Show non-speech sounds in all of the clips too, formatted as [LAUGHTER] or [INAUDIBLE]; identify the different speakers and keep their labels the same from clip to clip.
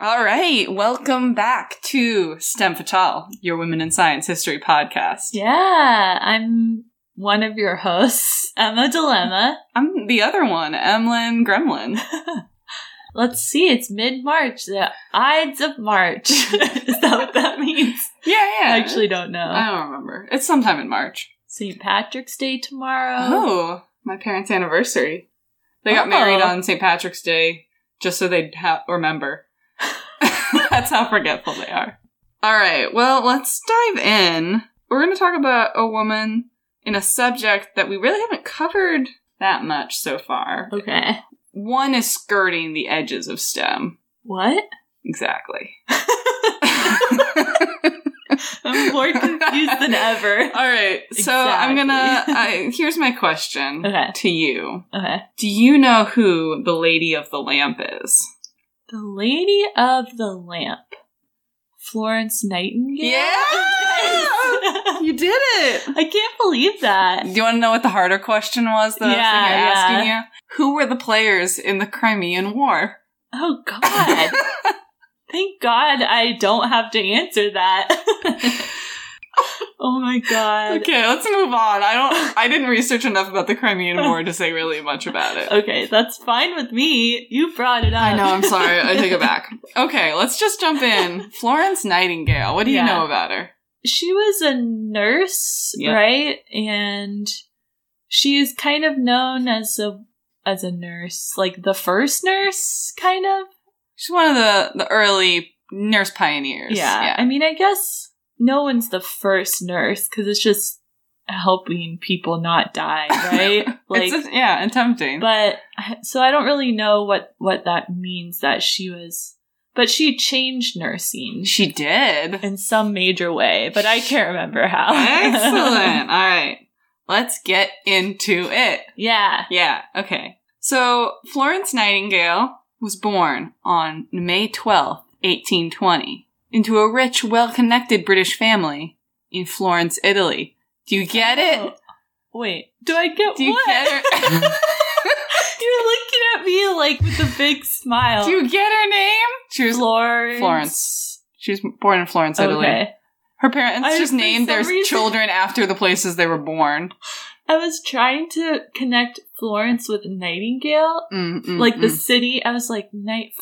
Speaker 1: Hey, welcome back to STEM Fatale, your Women in Science History podcast.
Speaker 2: Yeah, I'm one of your hosts, [LAUGHS] Emma Dilemma.
Speaker 1: I'm the other one, Emlyn Gremlin.
Speaker 2: Let's see, it's mid March, the Ides of March. [LAUGHS] Is that
Speaker 1: [LAUGHS]
Speaker 2: what that means?
Speaker 1: Yeah, yeah. Um,
Speaker 2: I [LAUGHS] actually don't know.
Speaker 1: I don't remember. It's sometime in March.
Speaker 2: St. Patrick's Day tomorrow.
Speaker 1: Oh, my parents' anniversary. They got
Speaker 2: Oh.
Speaker 1: married on St. Patrick's Day just so they'd ha- remember. [LAUGHS] That's how forgetful they are. All right, well, let's dive in. We're going to talk about a woman in a subject that we really haven't covered that much so far.
Speaker 2: Okay.
Speaker 1: One is skirting the edges of STEM.
Speaker 2: What?
Speaker 1: Exactly.
Speaker 2: I'm
Speaker 1: [LAUGHS]
Speaker 2: more confused than ever.
Speaker 1: [LAUGHS] All right, so I'm going to.
Speaker 2: Exactly.
Speaker 1: I Here's my question
Speaker 2: Okay.
Speaker 1: to you.
Speaker 2: Okay.
Speaker 1: Do you know who the Lady of the Lamp is?
Speaker 2: The Lady of the Lamp. Florence Nightingale?
Speaker 1: Yeah! You did it!
Speaker 2: [LAUGHS] I can't believe that.
Speaker 1: Do you want to know what the harder question was that I was
Speaker 2: Yeah,
Speaker 1: thinking of asking
Speaker 2: yeah.
Speaker 1: you? Who were the players in the Crimean War?
Speaker 2: Oh
Speaker 1: [LAUGHS]
Speaker 2: God! Thank God I don't have to
Speaker 1: [LAUGHS]
Speaker 2: answer that. oh my God. Okay.
Speaker 1: okay, let's move on. I don't I didn't research enough about the [LAUGHS] Crimean War to say really much about it.
Speaker 2: that's fine with me. You brought it up.
Speaker 1: I know, I'm sorry. I
Speaker 2: [LAUGHS]
Speaker 1: take it back. Okay, let's just jump in. Florence Nightingale. What do
Speaker 2: Yeah.
Speaker 1: you know about her?
Speaker 2: she was a nurse,
Speaker 1: Yeah.
Speaker 2: right? And she is kind of known as a as a nurse, like the first nurse, kind of.
Speaker 1: She's one of the the early nurse pioneers.
Speaker 2: Yeah. I mean, I guess no one's the first nurse because it's just helping people not die, right?
Speaker 1: [LAUGHS] It's a- yeah, and tempting.
Speaker 2: but so I don't really know what what that means that she was, but she changed nursing
Speaker 1: she did.
Speaker 2: [LAUGHS] in some major way, but I can't remember how.
Speaker 1: Excellent. All right. Let's get into it.
Speaker 2: [LAUGHS] yeah.
Speaker 1: Yeah. Okay. So Florence Nightingale was born on May twelfth, 1820, into a rich, well connected British family in Florence, Italy. Do you get it?
Speaker 2: Oh, wait, do I
Speaker 1: [LAUGHS]
Speaker 2: get
Speaker 1: Do you
Speaker 2: what?
Speaker 1: get her?
Speaker 2: [LAUGHS]
Speaker 1: [LAUGHS]
Speaker 2: You're looking at me like with a big smile.
Speaker 1: Do you get her name? She was
Speaker 2: Florence.
Speaker 1: Florence. She was born in Florence, Italy.
Speaker 2: Okay.
Speaker 1: Her parents
Speaker 2: I-
Speaker 1: just
Speaker 2: for
Speaker 1: named their
Speaker 2: some reason-
Speaker 1: children after the places they were born.
Speaker 2: I was trying to connect Florence with Nightingale,
Speaker 1: Mm, mm,
Speaker 2: like the
Speaker 1: mm.
Speaker 2: city. I was like Night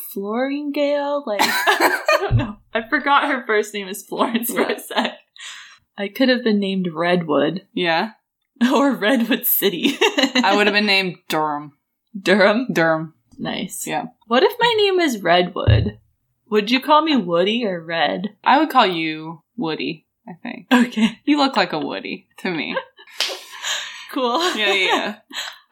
Speaker 2: Floringale. Like [LAUGHS] I don't know. I forgot her first name is Florence for
Speaker 1: Yeah.
Speaker 2: a sec. I could have been named Redwood
Speaker 1: [LAUGHS]
Speaker 2: [LAUGHS]
Speaker 1: Yeah.
Speaker 2: or Redwood City. [LAUGHS]
Speaker 1: I would have been named Durham.
Speaker 2: Durham.
Speaker 1: Durham.
Speaker 2: Nice.
Speaker 1: Yeah.
Speaker 2: What if my name is Redwood? Would you call me Woody or Red?
Speaker 1: I would call you Woody, I think.
Speaker 2: [LAUGHS] Okay.
Speaker 1: You look like a Woody to me.
Speaker 2: Cool.
Speaker 1: [LAUGHS] Yeah, yeah, yeah.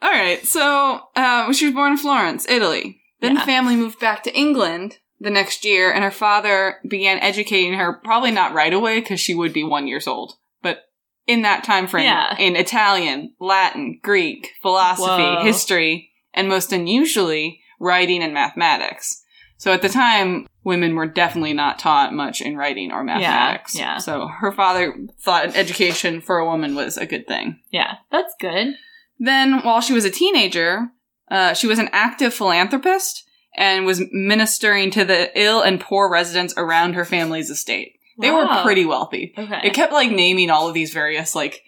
Speaker 1: All right, so um, she was born in Florence, Italy. Then
Speaker 2: Yeah.
Speaker 1: the family moved back to England the next year, and her father began educating her, probably not right away because she would be one years old, but in that time frame
Speaker 2: Yeah.
Speaker 1: in Italian, Latin, Greek, philosophy,
Speaker 2: Whoa.
Speaker 1: history, and most unusually, writing and mathematics. So at the time, women were definitely not taught much in writing or mathematics.
Speaker 2: yeah.
Speaker 1: So her father thought an education for a woman was a good thing.
Speaker 2: [LAUGHS] Yeah, That's good.
Speaker 1: Then, while she was a teenager, uh, she was an active philanthropist and was ministering to the ill and poor residents around her family's estate. They were
Speaker 2: Wow.
Speaker 1: pretty wealthy.
Speaker 2: Okay.
Speaker 1: It kept like naming all of these various like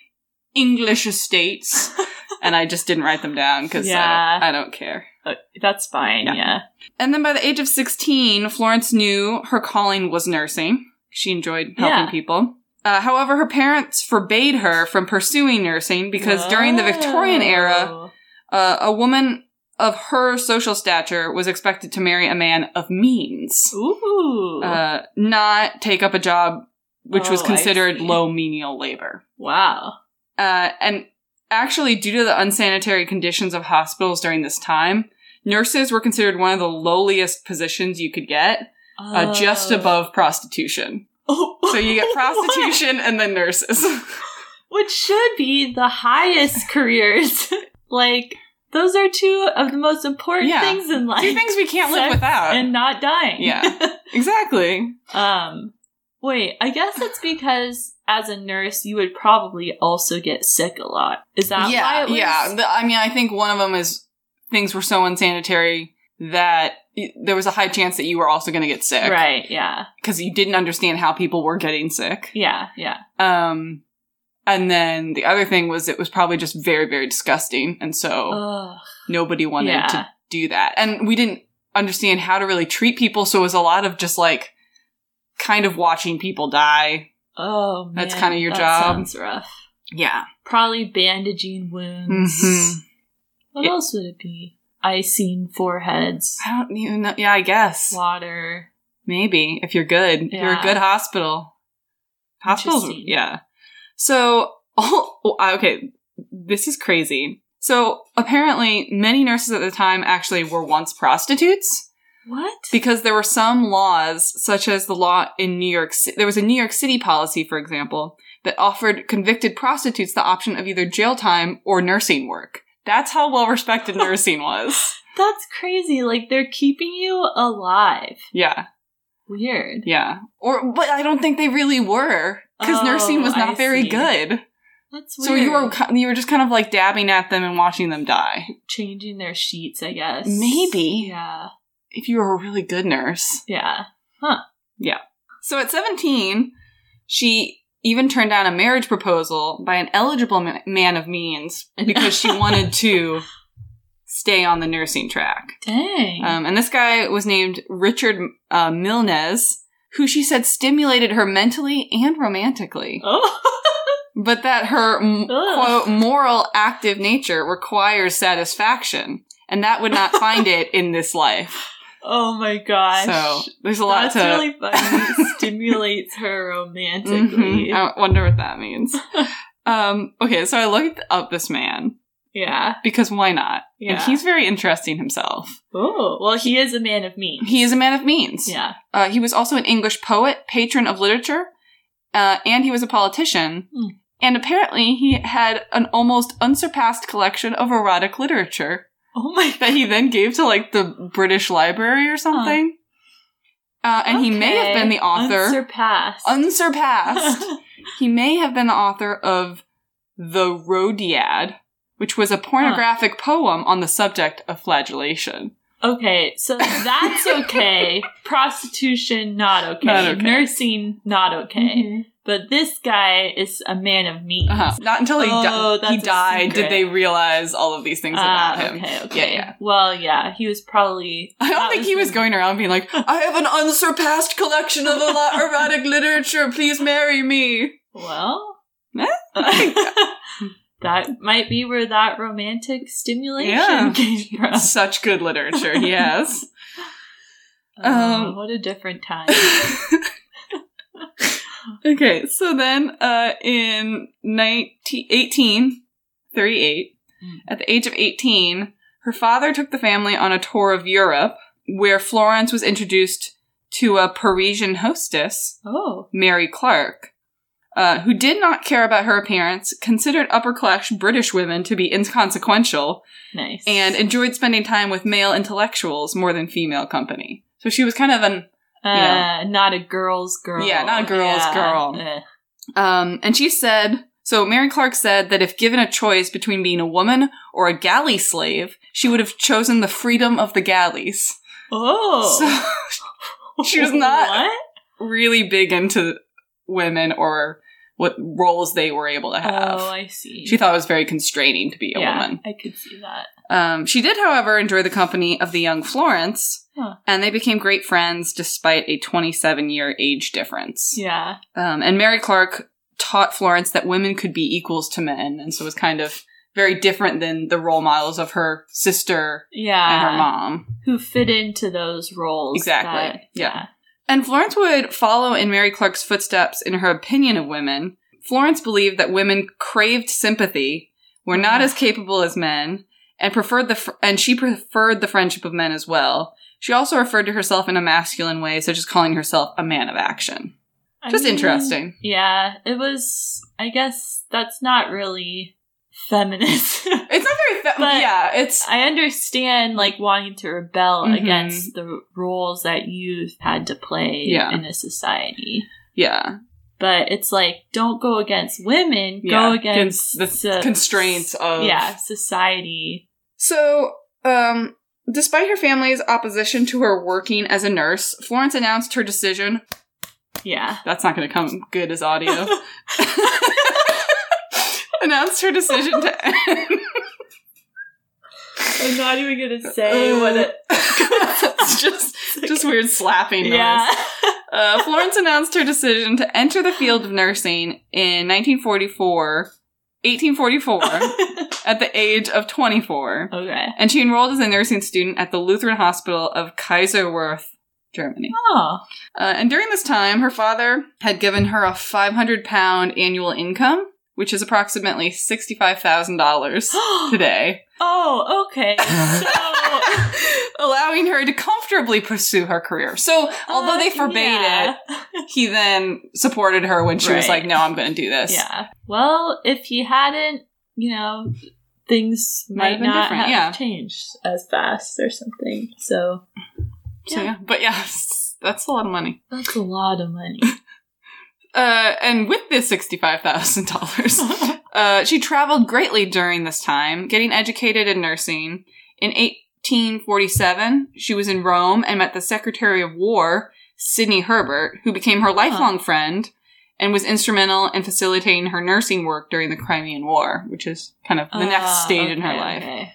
Speaker 1: English
Speaker 2: [LAUGHS]
Speaker 1: estates, and I just didn't write them down because
Speaker 2: Yeah.
Speaker 1: I, don't care.
Speaker 2: Uh, That's fine.
Speaker 1: Yeah.
Speaker 2: Yeah.
Speaker 1: And then by the age of 16, Florence knew her calling was nursing. She enjoyed helping
Speaker 2: Yeah.
Speaker 1: people. Uh, however, her parents forbade her from pursuing nursing because during the Victorian era,
Speaker 2: Whoa.
Speaker 1: uh, a woman of her social stature was expected to marry a man of means,
Speaker 2: Oh. Ooh.
Speaker 1: uh, not take up a job which was
Speaker 2: Oh, I
Speaker 1: considered
Speaker 2: see.
Speaker 1: low menial labor.
Speaker 2: wow.
Speaker 1: Uh, and actually, due to the unsanitary conditions of hospitals during this time, nurses were considered one of the lowliest positions you could get, uh, just
Speaker 2: Oh. [LAUGHS]
Speaker 1: above prostitution.
Speaker 2: Oh.
Speaker 1: So you get
Speaker 2: [LAUGHS] What?
Speaker 1: prostitution and then
Speaker 2: [LAUGHS]
Speaker 1: nurses.
Speaker 2: Which should be
Speaker 1: [LAUGHS]
Speaker 2: the highest careers. [LAUGHS] like, those are two of the most important
Speaker 1: Yeah.
Speaker 2: things in life.
Speaker 1: Two things we can't live
Speaker 2: Sex
Speaker 1: without.
Speaker 2: [LAUGHS] and not dying.
Speaker 1: Yeah. exactly.
Speaker 2: [LAUGHS] um, wait,
Speaker 1: [SIGHS]
Speaker 2: I guess it's because as a nurse, you would probably also get sick a lot. Is that
Speaker 1: yeah,
Speaker 2: why it was?
Speaker 1: yeah. The- I mean, I think one of them is things were so unsanitary that y- there was a high chance that you were also going to get sick
Speaker 2: Right. Yeah.
Speaker 1: because you didn't understand how people were getting sick.
Speaker 2: Yeah. Yeah.
Speaker 1: Um, and then the other thing was it was probably just very, very disgusting. And so
Speaker 2: Ugh.
Speaker 1: nobody wanted
Speaker 2: Oh, yeah.
Speaker 1: to do that. And we didn't understand how to really treat people. So it was a lot of just like kind of watching people die.
Speaker 2: oh, man,
Speaker 1: That's kinda your
Speaker 2: that
Speaker 1: job.
Speaker 2: Sounds rough.
Speaker 1: Yeah.
Speaker 2: Probably bandaging wounds.
Speaker 1: Mhm.
Speaker 2: What
Speaker 1: It-
Speaker 2: else would it be? Icing
Speaker 1: [SIGHS]
Speaker 2: foreheads.
Speaker 1: I don't even know. Yeah, I guess.
Speaker 2: Water.
Speaker 1: Maybe if you're good, If you're a
Speaker 2: Yeah.
Speaker 1: good hospital. Hospitals,
Speaker 2: Interesting.
Speaker 1: yeah. So, [LAUGHS] oh, oh, okay, this is crazy. So apparently, many nurses at the time actually were once prostitutes
Speaker 2: What?
Speaker 1: because there were some laws, such as the law in New York. Ci- There was a New York City policy, for example, that offered convicted prostitutes the option of either jail time or nursing work. That's how well
Speaker 2: [LAUGHS]
Speaker 1: respected nursing was.
Speaker 2: That's crazy. Like they're keeping you alive.
Speaker 1: Yeah.
Speaker 2: Weird.
Speaker 1: Yeah. Or but I don't think they really were cuz
Speaker 2: Oh,
Speaker 1: nursing was not
Speaker 2: I
Speaker 1: very
Speaker 2: see.
Speaker 1: good.
Speaker 2: That's weird.
Speaker 1: So you were ki- you were just kind of like dabbing at them and watching them die.
Speaker 2: changing their sheets, I guess.
Speaker 1: Maybe.
Speaker 2: Yeah.
Speaker 1: If you were a really good nurse.
Speaker 2: Yeah.
Speaker 1: So at 17, she even turned down a marriage proposal by an eligible ma- man of
Speaker 2: [LAUGHS]
Speaker 1: means because she wanted to stay on the nursing track.
Speaker 2: Dang.
Speaker 1: Um, and this guy was named Richard uh, Milnes, who she said stimulated her mentally and romantically.
Speaker 2: oh. [LAUGHS]
Speaker 1: but that her m-
Speaker 2: Ugh.
Speaker 1: quote moral active nature requires satisfaction and that would not find it in this life
Speaker 2: oh my [LAUGHS] gosh.
Speaker 1: so there's a lot
Speaker 2: That's
Speaker 1: to
Speaker 2: really
Speaker 1: [LAUGHS]
Speaker 2: funny. It stimulates her romantically.
Speaker 1: Mhm. i wonder what that
Speaker 2: [LAUGHS]
Speaker 1: means um okay so i looked up this man
Speaker 2: Yeah.
Speaker 1: because why not
Speaker 2: Yeah.
Speaker 1: and he's very interesting himself
Speaker 2: oh. Well, he is a man of means.
Speaker 1: he is a man of means
Speaker 2: Yeah.
Speaker 1: uh, he was also an english poet patron of literature uh, and he was a politician
Speaker 2: Hmm.
Speaker 1: and apparently he had an almost unsurpassed collection of erotic literature
Speaker 2: Oh my.
Speaker 1: that he then gave to like the British Library or something. Uh, and he may have
Speaker 2: Okay.
Speaker 1: been the author
Speaker 2: Unsurpassed. [LAUGHS]
Speaker 1: unsurpassed. he may have been the author of the Rhodiad, which was a pornographic poem on the subject of flagellation.
Speaker 2: okay, so
Speaker 1: [LAUGHS]
Speaker 2: that's okay. Prostitution, not okay.
Speaker 1: Not okay. Mm-hmm.
Speaker 2: Nursing, not okay. But this guy is a man of means.
Speaker 1: Uh-huh. Not until he, di-
Speaker 2: Oh, that's
Speaker 1: he
Speaker 2: a
Speaker 1: died did
Speaker 2: secret.
Speaker 1: they realize all of these things about
Speaker 2: Ah,
Speaker 1: him.
Speaker 2: Okay, okay.
Speaker 1: Yeah, yeah.
Speaker 2: Well, yeah, he was probably.
Speaker 1: I don't
Speaker 2: that
Speaker 1: think he was
Speaker 2: the-
Speaker 1: going around being like, I have an unsurpassed collection of elo-
Speaker 2: [LAUGHS]
Speaker 1: erotic literature, please marry me.
Speaker 2: Well,
Speaker 1: Eh?
Speaker 2: that might be where that romantic stimulation
Speaker 1: Yeah.
Speaker 2: came
Speaker 1: [LAUGHS]
Speaker 2: from.
Speaker 1: Such good literature, yes.
Speaker 2: Oh,
Speaker 1: Um,
Speaker 2: what a different time.
Speaker 1: okay, so then uh, in 19, 1838,
Speaker 2: Mm.
Speaker 1: at the age of 18, her father took the family on a tour of Europe where Florence was introduced to a Parisian hostess,
Speaker 2: oh,
Speaker 1: Mary Clark. Uh, who did not care about her appearance, considered upper class British women to be inconsequential,
Speaker 2: nice.
Speaker 1: and enjoyed spending time with male intellectuals more than female company. So she was kind of an
Speaker 2: uh,
Speaker 1: yeah.
Speaker 2: not a girl's girl.
Speaker 1: Yeah, not a girl's girl.
Speaker 2: Eh.
Speaker 1: Um, and she said, so Mary Clark said that if given a choice between being a woman or a galley slave, she would have chosen the freedom of the galleys.
Speaker 2: Oh,
Speaker 1: So [LAUGHS] she was not
Speaker 2: [LAUGHS] What?
Speaker 1: really big into women or what roles they were able to have.
Speaker 2: Oh, I see.
Speaker 1: she thought it was very constraining to be a
Speaker 2: yeah,
Speaker 1: woman.
Speaker 2: I could see that.
Speaker 1: Um, she did, however, enjoy the company of the young Florence,
Speaker 2: Huh.
Speaker 1: and they became great friends despite a 27 year age difference.
Speaker 2: Yeah.
Speaker 1: Um, and Mary Clark taught Florence that women could be equals to men, and so was kind of very different than the role models of her sister
Speaker 2: Yeah.
Speaker 1: and her mom.
Speaker 2: who fit into those roles.
Speaker 1: Exactly.
Speaker 2: that-
Speaker 1: Yeah. And Florence would follow in Mary Clark's footsteps in her opinion of women. Florence believed that women craved sympathy, were not as capable as men, and preferred the fr- and she preferred the friendship of men as well. She also referred to herself in a masculine way, such as calling herself a man of action.
Speaker 2: I
Speaker 1: Just
Speaker 2: mean,
Speaker 1: interesting.
Speaker 2: Yeah. It was, I guess that's not really feminist. [LAUGHS]
Speaker 1: It's not very, fe-
Speaker 2: But
Speaker 1: yeah. It's
Speaker 2: I understand like wanting to rebel
Speaker 1: Mhm.
Speaker 2: against the roles that you've had to play
Speaker 1: Yeah.
Speaker 2: in a society.
Speaker 1: yeah.
Speaker 2: But it's like, don't go against women,
Speaker 1: Yeah,
Speaker 2: go against
Speaker 1: cons- the constraints of-
Speaker 2: yeah, society.
Speaker 1: So, um, Despite her family's opposition to her working as a nurse, Florence announced her decision.
Speaker 2: Yeah.
Speaker 1: That's not going to come good as audio. announced her decision to
Speaker 2: [LAUGHS]
Speaker 1: end.
Speaker 2: I'm not even gonna
Speaker 1: Uh,
Speaker 2: say what it.
Speaker 1: it's just just weird slapping noise.
Speaker 2: Yeah.
Speaker 1: Uh, Florence announced her decision to enter the field of nursing in 1944,
Speaker 2: [LAUGHS]
Speaker 1: 1844, at the age of 24,
Speaker 2: okay.
Speaker 1: and she enrolled as a nursing student at the Lutheran Hospital of Kaiserwerth, Germany.
Speaker 2: Oh.
Speaker 1: Uh, and during this time, her father had given her a 500 pound annual income, which is approximately
Speaker 2: [GASPS]
Speaker 1: $65,000 today.
Speaker 2: [GASPS] [LAUGHS] Oh, okay. So,
Speaker 1: allowing her to comfortably pursue her career. So, [LAUGHS] although they
Speaker 2: uh,
Speaker 1: forbade
Speaker 2: yeah.
Speaker 1: it, he then supported her when she was
Speaker 2: Right.
Speaker 1: like, "No, I'm going to do this."
Speaker 2: yeah. Well, if he hadn't, you know, things
Speaker 1: Might
Speaker 2: might
Speaker 1: have been
Speaker 2: not
Speaker 1: different,
Speaker 2: have
Speaker 1: yeah.
Speaker 2: changed as fast or something. So
Speaker 1: So, yeah. But yeah, [LAUGHS] s- that's a lot of money.
Speaker 2: that's a lot of money.
Speaker 1: Uh, and with this sixty-five thousand
Speaker 2: [LAUGHS]
Speaker 1: dollars, uh, she traveled greatly during this time, getting educated in nursing. In 1847, she was in Rome and met the Secretary of War, Sidney Herbert, who became her lifelong friend and was instrumental in facilitating her nursing work during the Crimean War, which is kind of [LAUGHS] the next
Speaker 2: Ah,
Speaker 1: stage in her
Speaker 2: okay,
Speaker 1: life.
Speaker 2: okay.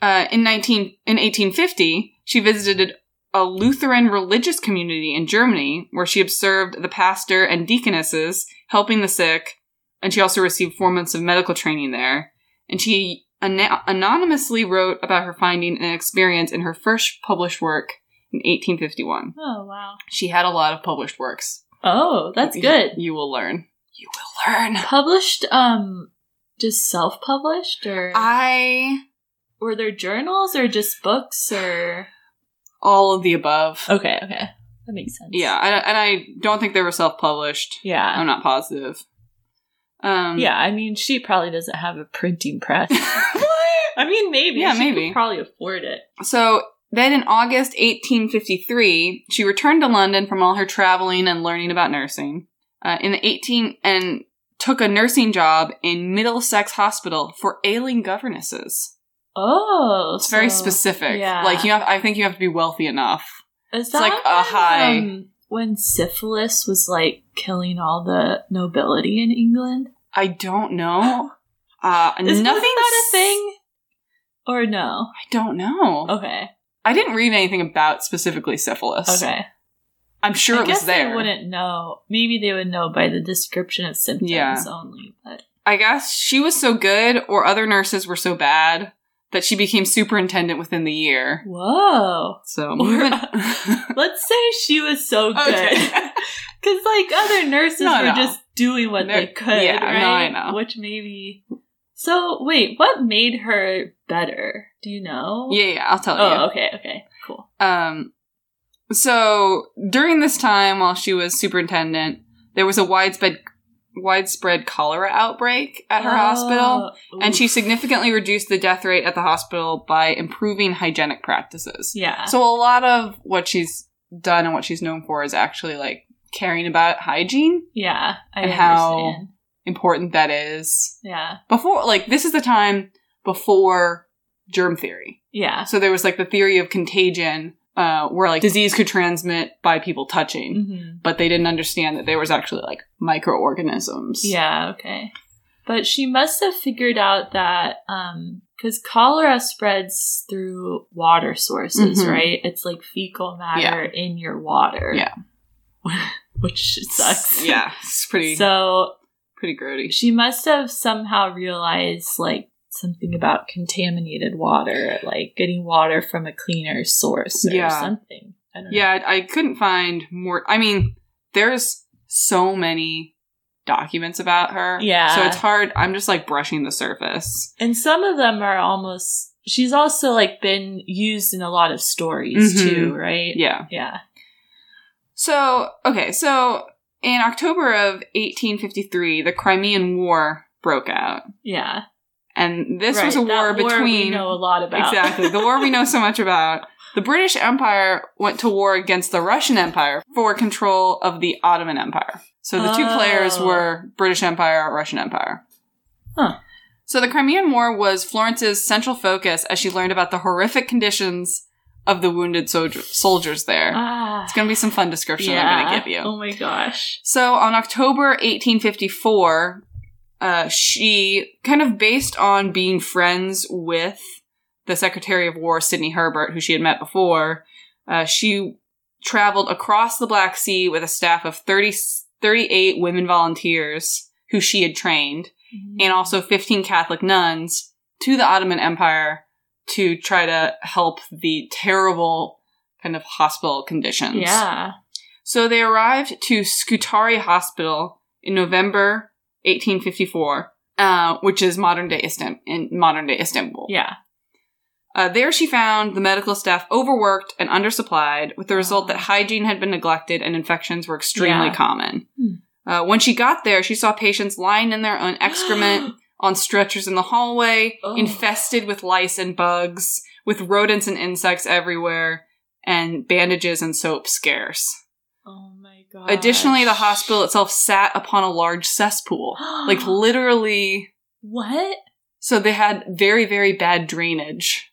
Speaker 1: Uh, in 19 in 1850, she visited a Lutheran religious community in Germany where she observed the pastor and deaconesses helping the sick, and she also received four months of medical training there. And she ana- anonymously wrote about her finding and experience in her first published work in 1851.
Speaker 2: Oh wow.
Speaker 1: She had a lot of published works.
Speaker 2: Oh, that's
Speaker 1: You-
Speaker 2: good.
Speaker 1: You will learn. You will learn.
Speaker 2: Published, um, just self-published, or
Speaker 1: I
Speaker 2: were there journals or just books or?
Speaker 1: all of the above.
Speaker 2: Okay, okay, that makes sense.
Speaker 1: Yeah, I, and I don't think they were self-published.
Speaker 2: yeah.
Speaker 1: I'm not positive. Um,
Speaker 2: Yeah, I mean, she probably doesn't have a printing press. [LAUGHS]
Speaker 1: What?
Speaker 2: I mean, maybe.
Speaker 1: Yeah,
Speaker 2: she
Speaker 1: maybe.
Speaker 2: Could probably afford it.
Speaker 1: [LAUGHS] so then in August 1853, she returned to London from all her traveling and learning about nursing. Uh, in the 18 and took a nursing job in Middlesex Hospital for ailing governesses.
Speaker 2: Oh,
Speaker 1: It's very
Speaker 2: so-
Speaker 1: specific.
Speaker 2: yeah.
Speaker 1: Like you have, I think you have to be wealthy enough.
Speaker 2: Is
Speaker 1: it's like
Speaker 2: that
Speaker 1: a
Speaker 2: when,
Speaker 1: high-
Speaker 2: um, when syphilis was like killing all the nobility in England.
Speaker 1: I don't know. Uh,
Speaker 2: Is
Speaker 1: nothing. s-
Speaker 2: that a thing? Or no?
Speaker 1: I don't know.
Speaker 2: Okay.
Speaker 1: I didn't read anything about specifically syphilis.
Speaker 2: Okay.
Speaker 1: I'm sure
Speaker 2: I
Speaker 1: it
Speaker 2: guess
Speaker 1: was there.
Speaker 2: They wouldn't know. Maybe they would know by the description of symptoms
Speaker 1: Yeah.
Speaker 2: only. But
Speaker 1: I guess she was so good, or other nurses were so bad, that she became superintendent within the year.
Speaker 2: whoa. [LAUGHS]
Speaker 1: So,
Speaker 2: Or- Let's say she was so good.
Speaker 1: [LAUGHS] Okay.
Speaker 2: Because, like, other nurses
Speaker 1: No,
Speaker 2: were
Speaker 1: no.
Speaker 2: just doing what
Speaker 1: They're-
Speaker 2: they could,
Speaker 1: yeah, no, I
Speaker 2: right?
Speaker 1: know.
Speaker 2: Which maybe. So, wait, what made her better? Do you know?
Speaker 1: yeah, yeah, I'll tell
Speaker 2: Oh, okay, okay, cool.
Speaker 1: you. Um, so during this time, while she was superintendent, there was a widespread widespread cholera outbreak at her hospital,
Speaker 2: Oh,
Speaker 1: and she
Speaker 2: oof.
Speaker 1: significantly reduced the death rate at the hospital by improving hygienic practices.
Speaker 2: Yeah.
Speaker 1: So a lot of what she's done and what she's known for is actually like caring about hygiene.
Speaker 2: yeah, I
Speaker 1: and how-
Speaker 2: understand.
Speaker 1: important that is.
Speaker 2: Yeah,
Speaker 1: Before, like, this is the time before germ theory.
Speaker 2: yeah.
Speaker 1: So there was like the theory of contagion, uh, where like disease could transmit by people touching,
Speaker 2: hmm
Speaker 1: but they didn't understand that there was actually like microorganisms.
Speaker 2: Yeah, okay. But she must have figured out that, um, because cholera spreads through water sources,
Speaker 1: Mhm.
Speaker 2: right? It's like fecal matter in your water.
Speaker 1: Yeah.
Speaker 2: [LAUGHS] Which [LAUGHS] sucks.
Speaker 1: Yeah, it's pretty
Speaker 2: So
Speaker 1: pretty grody.
Speaker 2: she must have somehow realized like something about contaminated water, like getting water from a cleaner source or
Speaker 1: Yeah.
Speaker 2: something. I don't
Speaker 1: Yeah, I, I couldn't find more. I mean, there's so many documents about her.
Speaker 2: Yeah.
Speaker 1: So it's hard. I'm just like brushing the surface.
Speaker 2: know. And some of them are almost she's also like been used in a lot of stories
Speaker 1: Mhm.
Speaker 2: too, right?
Speaker 1: Yeah.
Speaker 2: Yeah.
Speaker 1: So, okay, so in October of 1853, the Crimean War broke out.
Speaker 2: Yeah.
Speaker 1: And this was a
Speaker 2: Right,
Speaker 1: war
Speaker 2: that
Speaker 1: between.
Speaker 2: we know a lot about. [LAUGHS]
Speaker 1: Exactly, the war we know so much about. The British Empire went to war against the Russian Empire for control of the Ottoman Empire. So the two
Speaker 2: Oh.
Speaker 1: players were British Empire, Russian Empire.
Speaker 2: Huh.
Speaker 1: So the Crimean War was Florence's central focus as she learned about the horrific conditions of the wounded soldier- soldiers there.
Speaker 2: Ah,
Speaker 1: It's going to be some fun description I'm going to give you.
Speaker 2: Oh my gosh.
Speaker 1: So on October 1854, uh, she kind of based on being friends with the Secretary of War, Sidney Herbert, who she had met before, uh, she traveled across the Black Sea with a staff of 30, 38 women volunteers who she had trained
Speaker 2: Mm-hmm.
Speaker 1: and also 15 Catholic nuns to the Ottoman Empire to try to help the terrible kind of hospital conditions.
Speaker 2: yeah.
Speaker 1: So they arrived to Scutari Hospital in November 1854, uh, which is modern day Istan- in modern day Istanbul.
Speaker 2: Yeah. [GASPS]
Speaker 1: Uh, there she found the medical staff overworked and undersupplied, with the result that hygiene had been neglected and infections were extremely
Speaker 2: Yeah.
Speaker 1: common.
Speaker 2: Hmm.
Speaker 1: Uh, when she got there, she saw patients lying in their own excrement,
Speaker 2: [GASPS]
Speaker 1: on stretchers in the hallway,
Speaker 2: Ugh.
Speaker 1: infested with lice and bugs, with rodents and insects everywhere, and bandages and soap scarce.
Speaker 2: oh my gosh.
Speaker 1: Additionally, the hospital itself sat upon a large cesspool.
Speaker 2: [GASPS]
Speaker 1: like, literally,
Speaker 2: what?
Speaker 1: so they had very, very bad drainage,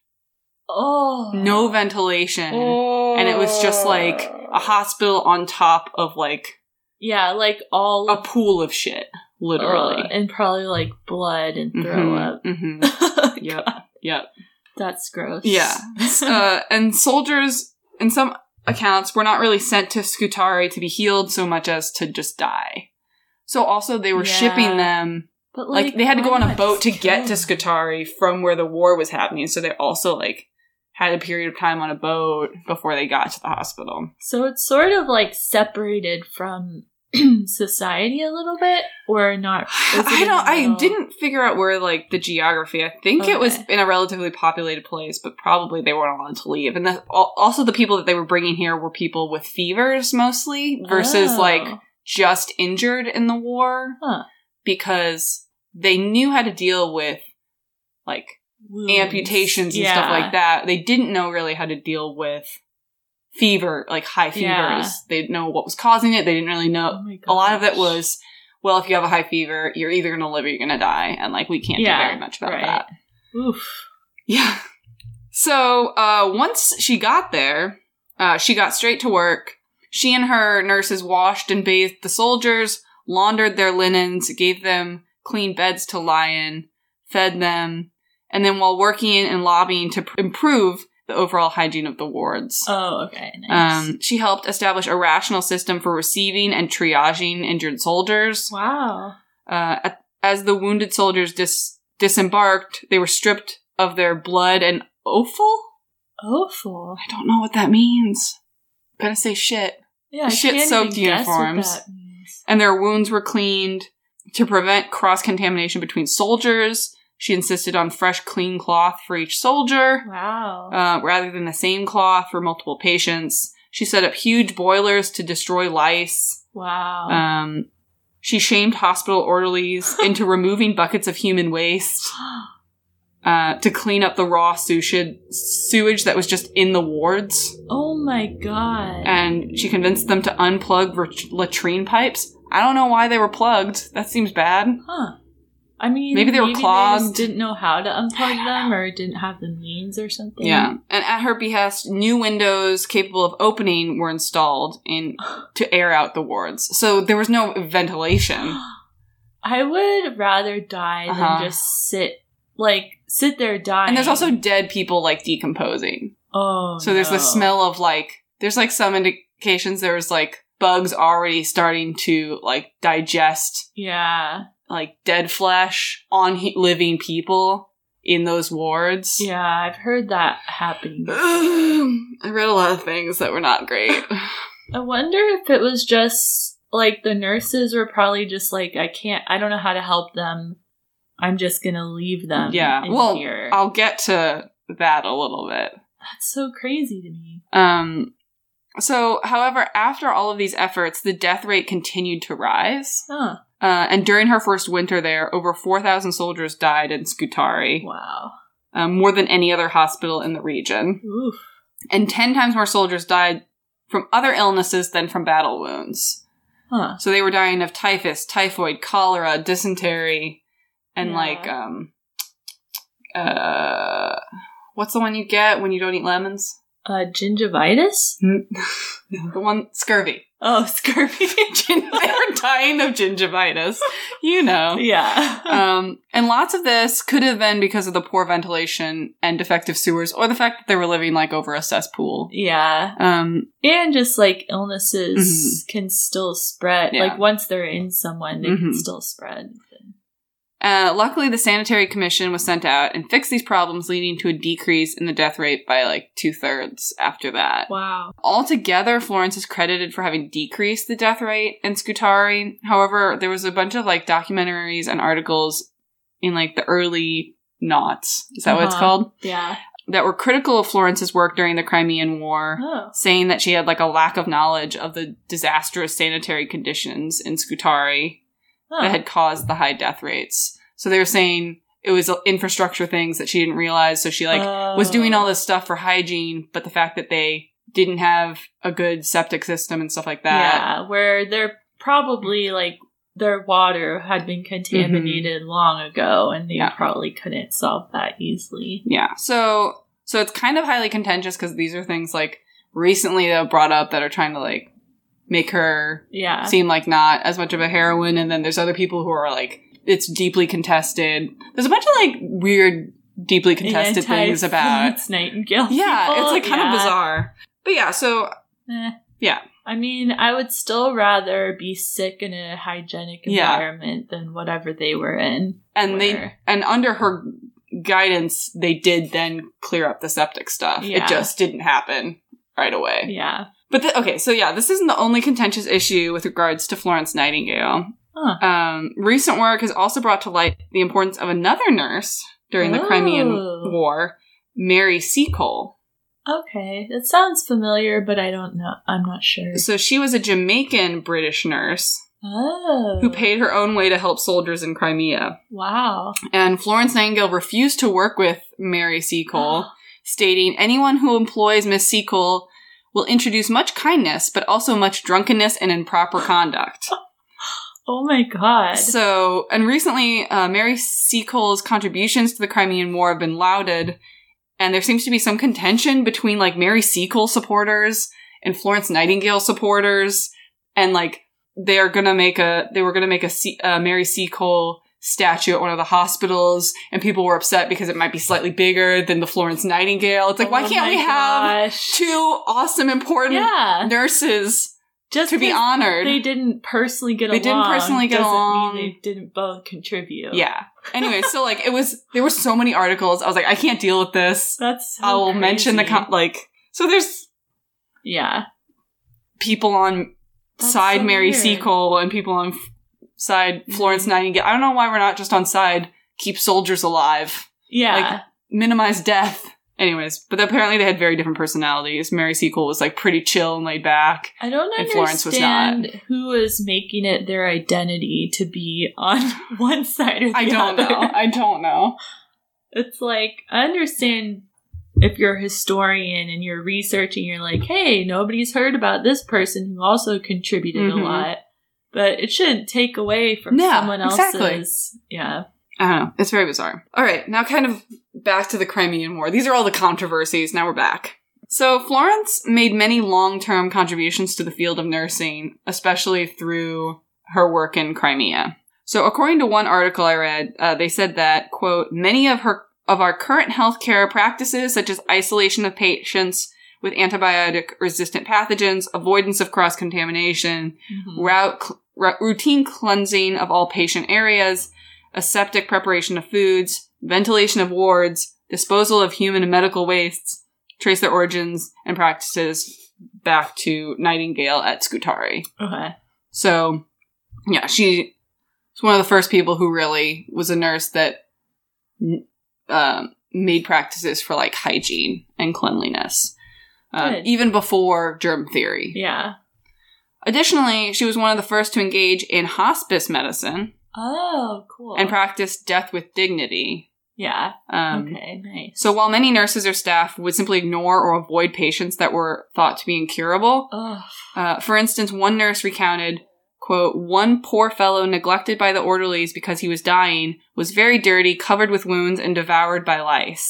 Speaker 2: Oh.
Speaker 1: no ventilation, and it was just like a hospital on top of like
Speaker 2: Oh. Yeah, like all
Speaker 1: a pool of shit,
Speaker 2: Ugh,
Speaker 1: literally.
Speaker 2: and probably like blood and throw
Speaker 1: Mhm,
Speaker 2: up. [LAUGHS]
Speaker 1: mhm. [LAUGHS] Yep. Yep.
Speaker 2: That's gross. [LAUGHS]
Speaker 1: Yeah. uh, and soldiers, in some accounts, were not really sent to Scutari to be healed so much as to just die. So also they were
Speaker 2: Yeah.
Speaker 1: shipping them
Speaker 2: but
Speaker 1: like, they had to go on
Speaker 2: why
Speaker 1: a boat to
Speaker 2: not
Speaker 1: get to
Speaker 2: kill
Speaker 1: Scutari from where the war was happening. So they also like had a period of time on a boat before they got to the hospital.
Speaker 2: So it's sort of like separated from [CLEARS THROAT] society a little bit, or not. is it
Speaker 1: [SIGHS] I
Speaker 2: in
Speaker 1: don't.
Speaker 2: the middle?
Speaker 1: I didn't figure out where like the geography. I think it was
Speaker 2: Okay.
Speaker 1: in a relatively populated place, but probably they weren't allowed to leave. And the, al- also the people that they were bringing here were people with fevers mostly, versus
Speaker 2: Oh.
Speaker 1: like just injured in the war
Speaker 2: Huh.
Speaker 1: because they knew how to deal with like
Speaker 2: Wounds.
Speaker 1: amputations and stuff
Speaker 2: Yeah.
Speaker 1: like that. They didn't know really how to deal with fever, like high fevers.
Speaker 2: Yeah.
Speaker 1: They didn't know what was causing it. They didn't really know.
Speaker 2: Oh my
Speaker 1: A lot of it
Speaker 2: gosh.
Speaker 1: was, well, if you have a high fever, you're either going to live or you're going to die. And like, we can't
Speaker 2: Yeah,
Speaker 1: do very much about
Speaker 2: right.
Speaker 1: that.
Speaker 2: Oof.
Speaker 1: Yeah. So uh, once she got there, uh, she got straight to work. She and her nurses washed and bathed the soldiers, laundered their linens, gave them clean beds to lie in, fed them, and then while working and lobbying to pr- improve the overall hygiene of the wards.
Speaker 2: Oh, okay. Nice.
Speaker 1: Um, she helped establish a rational system for receiving and triaging injured soldiers.
Speaker 2: wow.
Speaker 1: Uh, at- as the wounded soldiers dis- disembarked, they were stripped of their blood and offal.
Speaker 2: Awful.
Speaker 1: I don't know what that means. I'm gonna say shit.
Speaker 2: Yeah. I
Speaker 1: Shit
Speaker 2: can't
Speaker 1: soaked
Speaker 2: even guess what
Speaker 1: uniforms.
Speaker 2: that means.
Speaker 1: And their wounds were cleaned to prevent cross contamination between soldiers. She insisted on fresh, clean cloth for each soldier
Speaker 2: Wow.
Speaker 1: uh, rather than the same cloth for multiple patients. She set up huge boilers to destroy lice.
Speaker 2: wow.
Speaker 1: Um, she shamed hospital orderlies into removing buckets of human waste uh, to clean up the raw sewage, sewage that was just in the wards.
Speaker 2: oh my god.
Speaker 1: And she convinced them to unplug rat- latrine pipes. I don't know why they were plugged. That seems bad.
Speaker 2: Huh. I mean,
Speaker 1: Maybe they were
Speaker 2: just
Speaker 1: clogged.
Speaker 2: didn't know how to unplug them, or didn't have the means, or something.
Speaker 1: Yeah. And at her behest, new windows capable of opening were installed in to air out the wards. So there was no ventilation.
Speaker 2: I would rather die
Speaker 1: Uh-huh.
Speaker 2: than just sit, like sit there dying.
Speaker 1: And there's also dead people like decomposing.
Speaker 2: oh,
Speaker 1: So there's
Speaker 2: no.
Speaker 1: the smell of like there's like some indications there was like bugs already starting to like digest
Speaker 2: Yeah,
Speaker 1: like dead flesh on he- living people in those wards.
Speaker 2: yeah, I've heard that happening.
Speaker 1: I read a lot of things that were not
Speaker 2: [LAUGHS]
Speaker 1: great.
Speaker 2: I wonder if it was just like the nurses were probably just like, I can't, I don't know how to help them. I'm just gonna leave them.
Speaker 1: Yeah,
Speaker 2: in
Speaker 1: well,
Speaker 2: here.
Speaker 1: I'll get to that a little bit.
Speaker 2: that's so crazy to me.
Speaker 1: Um so however after all of these efforts the death rate continued to rise.
Speaker 2: Huh?
Speaker 1: Uh, and during her first winter there over 4000 soldiers died in Scutari.
Speaker 2: Wow.
Speaker 1: um, more than any other hospital in the region.
Speaker 2: Oof.
Speaker 1: And 10 times more soldiers died from other illnesses than from battle wounds.
Speaker 2: Huh.
Speaker 1: So they were dying of typhus, typhoid, cholera, dysentery, and
Speaker 2: Yeah.
Speaker 1: like um, Uh, what's the one you get when you don't eat lemons?
Speaker 2: Uh, gingivitis?
Speaker 1: [LAUGHS] The one scurvy.
Speaker 2: Hmm. Oh, scurvy.
Speaker 1: Gin- [LAUGHS] they were dying of gingivitis. You
Speaker 2: [LAUGHS]
Speaker 1: know.
Speaker 2: yeah.
Speaker 1: Um, and lots of this could have been because of the poor ventilation and defective sewers, or the fact that they were living like over a cesspool.
Speaker 2: yeah.
Speaker 1: Um,
Speaker 2: And just like illnesses can still spread.
Speaker 1: Mm-hmm. Yeah.
Speaker 2: Like once they're in someone, they
Speaker 1: Mhm.
Speaker 2: can still spread.
Speaker 1: Uh, luckily, the sanitary commission was sent out and fixed these problems, leading to a decrease in the death rate by like two thirds after that.
Speaker 2: Wow.
Speaker 1: Altogether, Florence is credited for having decreased the death rate in Scutari. However, there was a bunch of like documentaries and articles in like the early knots, is that what it's
Speaker 2: Uh-huh.
Speaker 1: called?
Speaker 2: Yeah.
Speaker 1: That were critical of Florence's work during the Crimean War,
Speaker 2: Oh.
Speaker 1: saying that she had like a lack of knowledge of the disastrous sanitary conditions in Scutari that had caused the high death rates. So they were saying it was uh, infrastructure things that she didn't realize. So she like was
Speaker 2: Oh.
Speaker 1: doing all this stuff for hygiene, but the fact that they didn't have a good septic system and stuff like that.
Speaker 2: Yeah, where they're probably like their water had been contaminated long ago and they
Speaker 1: Mm-hmm. Yeah.
Speaker 2: probably couldn't solve that easily.
Speaker 1: Yeah. So so it's kind of highly contentious because these are things like recently that were brought up that are trying to like make her
Speaker 2: Yeah.
Speaker 1: seem like not as much of a heroine, and then there's other people who are like it's deeply contested. There's a bunch of like weird, deeply contested things about
Speaker 2: It's [LAUGHS] Nightingale.
Speaker 1: Yeah,
Speaker 2: people,
Speaker 1: it's like kind
Speaker 2: yeah.
Speaker 1: of bizarre. But yeah, so
Speaker 2: Eh.
Speaker 1: Yeah.
Speaker 2: I mean, I would still rather be sick in a hygienic
Speaker 1: Yeah.
Speaker 2: environment than whatever they were in.
Speaker 1: and they
Speaker 2: where-
Speaker 1: and under her guidance, they did then clear up the septic stuff.
Speaker 2: Yeah.
Speaker 1: It just didn't happen right away.
Speaker 2: Yeah.
Speaker 1: But the, okay, so yeah, this isn't the only contentious issue with regards to Florence Nightingale.
Speaker 2: Huh.
Speaker 1: Um, recent work has also brought to light the importance of another nurse during the Crimean
Speaker 2: Oh.
Speaker 1: War, Mary Seacole.
Speaker 2: Okay. That sounds familiar, but I don't know. I'm not sure.
Speaker 1: So she was a Jamaican British nurse
Speaker 2: Oh.
Speaker 1: who paid her own way to help soldiers in Crimea.
Speaker 2: Wow.
Speaker 1: And Florence Nightingale refused to work with Mary Seacole, stating, Anyone who employs Miss Seacole will introduce much kindness, but also much drunkenness and improper conduct.
Speaker 2: Oh my god.
Speaker 1: so, and recently, uh, Mary Seacole's contributions to the Crimean War have been lauded, and there seems to be some contention between like Mary Seacole supporters and Florence Nightingale supporters, and like they are gonna make a they were gonna make a Se- uh, Mary Seacole statue at one of the hospitals, and people were upset because it might be slightly bigger than the Florence Nightingale. It's like why
Speaker 2: Oh
Speaker 1: can't
Speaker 2: my
Speaker 1: we have
Speaker 2: gosh.
Speaker 1: two awesome important
Speaker 2: Yeah.
Speaker 1: nurses
Speaker 2: Just
Speaker 1: to be
Speaker 2: 'cause
Speaker 1: honored?
Speaker 2: They didn't personally get
Speaker 1: They
Speaker 2: along.
Speaker 1: didn't personally get
Speaker 2: doesn't mean
Speaker 1: along.
Speaker 2: they didn't both contribute.
Speaker 1: Yeah. Anyway, so like it was there were so many articles. I was like, I can't deal with this.
Speaker 2: That's. So
Speaker 1: I will mention the
Speaker 2: crazy.
Speaker 1: com- like so there's
Speaker 2: Yeah.
Speaker 1: people on
Speaker 2: That's
Speaker 1: side
Speaker 2: so
Speaker 1: Mary
Speaker 2: weird. Mm-hmm.
Speaker 1: Seacole and people on f- side Florence Nightingale. I don't know why we're not just on side keep soldiers alive,
Speaker 2: Yeah.
Speaker 1: minimize death. Anyways, but apparently they had very different personalities. Mary Seacole was like pretty chill and laid back.
Speaker 2: I don't
Speaker 1: and Florence was not.
Speaker 2: understand who is making it their identity to be on [LAUGHS] one side [LAUGHS] or the
Speaker 1: I don't
Speaker 2: other.
Speaker 1: know. I don't know.
Speaker 2: It's like I understand if you're a historian and you're researching, you're like, hey, nobody's heard about this person who also contributed
Speaker 1: Mhm.
Speaker 2: a lot. But it shouldn't take away from
Speaker 1: No,
Speaker 2: someone else's.
Speaker 1: exactly.
Speaker 2: Yeah.
Speaker 1: I don't know. It's very bizarre. All right, now kind of back to the Crimean War. These are all the controversies. Now we're back. So, Florence made many long term contributions to the field of nursing, especially through her work in Crimea. So, according to one article I read, uh, they said that, quote, many of her of our current healthcare practices, such as isolation of patients with antibiotic resistant pathogens, avoidance of cross contamination,
Speaker 2: Mhm.
Speaker 1: route cl- ru- routine cleansing of all patient areas, aseptic preparation of foods, ventilation of wards, disposal of human and medical wastes, trace their origins and practices back to Nightingale at Scutari.
Speaker 2: Okay.
Speaker 1: So, yeah, she was one of the first people who really was a nurse that n- um, made practices for like hygiene and cleanliness, um,
Speaker 2: Good.
Speaker 1: even before germ theory.
Speaker 2: Yeah.
Speaker 1: Additionally, she was one of the first to engage in hospice medicine
Speaker 2: Oh, cool.
Speaker 1: and practice death with dignity.
Speaker 2: yeah.
Speaker 1: Um,
Speaker 2: okay. Nice.
Speaker 1: So, while many nurses or staff would simply ignore or avoid patients that were thought to be incurable,
Speaker 2: Ugh.
Speaker 1: uh, for instance, one nurse recounted, quote, one poor fellow neglected by the orderlies because he was dying, was very dirty, covered with wounds, and devoured by lice.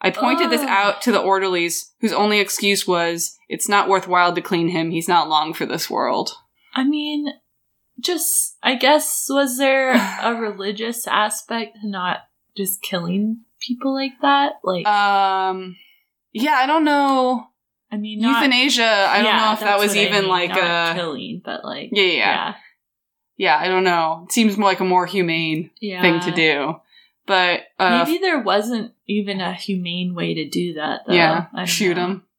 Speaker 1: I pointed this
Speaker 2: Oh.
Speaker 1: out to the orderlies, whose only excuse was, it's not worthwhile to clean him, he's not long for this world.
Speaker 2: I mean, just I guess was there
Speaker 1: [SIGHS]
Speaker 2: a religious aspect to not just killing people like that? Like,
Speaker 1: Um, yeah, I don't know.
Speaker 2: I mean, not,
Speaker 1: Euthanasia, I don't
Speaker 2: yeah,
Speaker 1: know if that
Speaker 2: that's
Speaker 1: was
Speaker 2: what I
Speaker 1: even
Speaker 2: mean,
Speaker 1: like
Speaker 2: not
Speaker 1: a.
Speaker 2: killing, but like
Speaker 1: Yeah, yeah, yeah. Yeah, I don't know. It seems more like a more humane
Speaker 2: yeah,
Speaker 1: thing to do. But, uh,
Speaker 2: Maybe there wasn't even a humane way to do that. Though.
Speaker 1: yeah,
Speaker 2: I don't
Speaker 1: shoot
Speaker 2: know.
Speaker 1: him.
Speaker 2: [LAUGHS]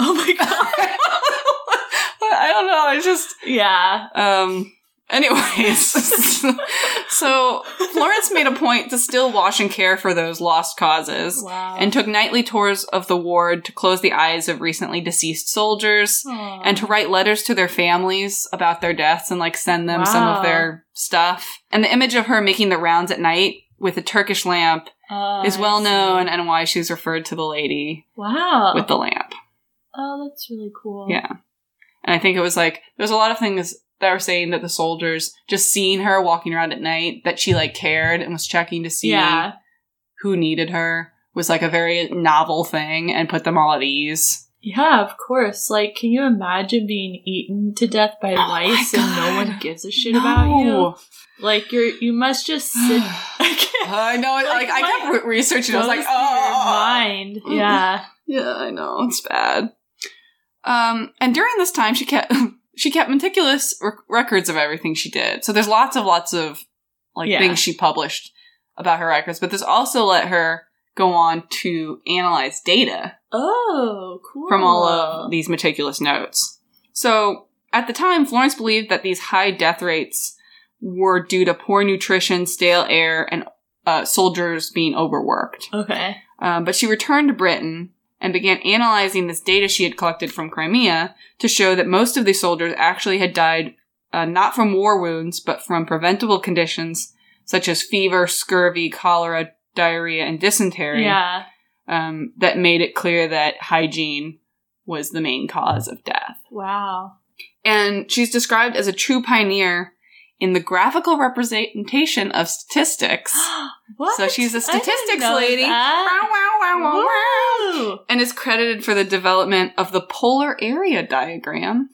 Speaker 2: Oh my god.
Speaker 1: [LAUGHS] I don't know. It's just,
Speaker 2: yeah.
Speaker 1: um, anyways. [LAUGHS] so Florence made a point to still wash and care for those lost causes
Speaker 2: Wow.
Speaker 1: and took nightly tours of the ward to close the eyes of recently deceased soldiers
Speaker 2: Aw.
Speaker 1: and to write letters to their families about their deaths and like send them some
Speaker 2: Wow.
Speaker 1: of their stuff. And the image of her making the rounds at night with a Turkish lamp
Speaker 2: Oh,
Speaker 1: is
Speaker 2: I
Speaker 1: well
Speaker 2: see.
Speaker 1: known and why she's referred to the lady
Speaker 2: Wow.
Speaker 1: with the lamp.
Speaker 2: oh, that's really cool.
Speaker 1: Yeah. And I think it was like there's a lot of things that were saying that the soldiers just seeing her walking around at night that she like cared and was checking to see
Speaker 2: Yeah.
Speaker 1: who needed her was like a very novel thing and put them all at ease.
Speaker 2: Yeah, of course. Like, can you imagine being eaten to death
Speaker 1: [GASPS]
Speaker 2: by
Speaker 1: Oh my
Speaker 2: lice and no
Speaker 1: God.
Speaker 2: one gives a shit about you? Like, you're you must just
Speaker 1: [GASPS]
Speaker 2: sit. [LAUGHS] I can't.
Speaker 1: [SIGHS] I know, like,
Speaker 2: Like,
Speaker 1: I kept re- researching. I was like,
Speaker 2: goes through your
Speaker 1: oh,
Speaker 2: mind.
Speaker 1: Mm.
Speaker 2: Yeah.
Speaker 1: yeah, I know, it's bad. Um, and during this time, she kept [LAUGHS] she kept meticulous rec records of everything she did. So there's lots of lots of like
Speaker 2: Yeah.
Speaker 1: things she published about her records, but this also let her go on to analyze data
Speaker 2: Oh, cool.
Speaker 1: from all of these meticulous notes. So at the time, Florence believed that these high death rates were due to poor nutrition, stale air, and uh, soldiers being overworked.
Speaker 2: Okay.
Speaker 1: Um, but she returned to Britain and began analyzing this data she had collected from Crimea to show that most of the soldiers actually had died uh, not from war wounds, but from preventable conditions such as fever, scurvy, cholera, diarrhea, and dysentery
Speaker 2: Yeah.
Speaker 1: um, that made it clear that hygiene was the main cause of death. [GASPS]
Speaker 2: Wow.
Speaker 1: And she's described as a true pioneer in the graphical representation of statistics.
Speaker 2: [GASPS] what?
Speaker 1: So she's a
Speaker 2: I didn't
Speaker 1: statistics
Speaker 2: know
Speaker 1: lady.
Speaker 2: that.
Speaker 1: Wow, wow, wow, wow, wow.
Speaker 2: Woo.
Speaker 1: And is credited for the development of the polar area diagram,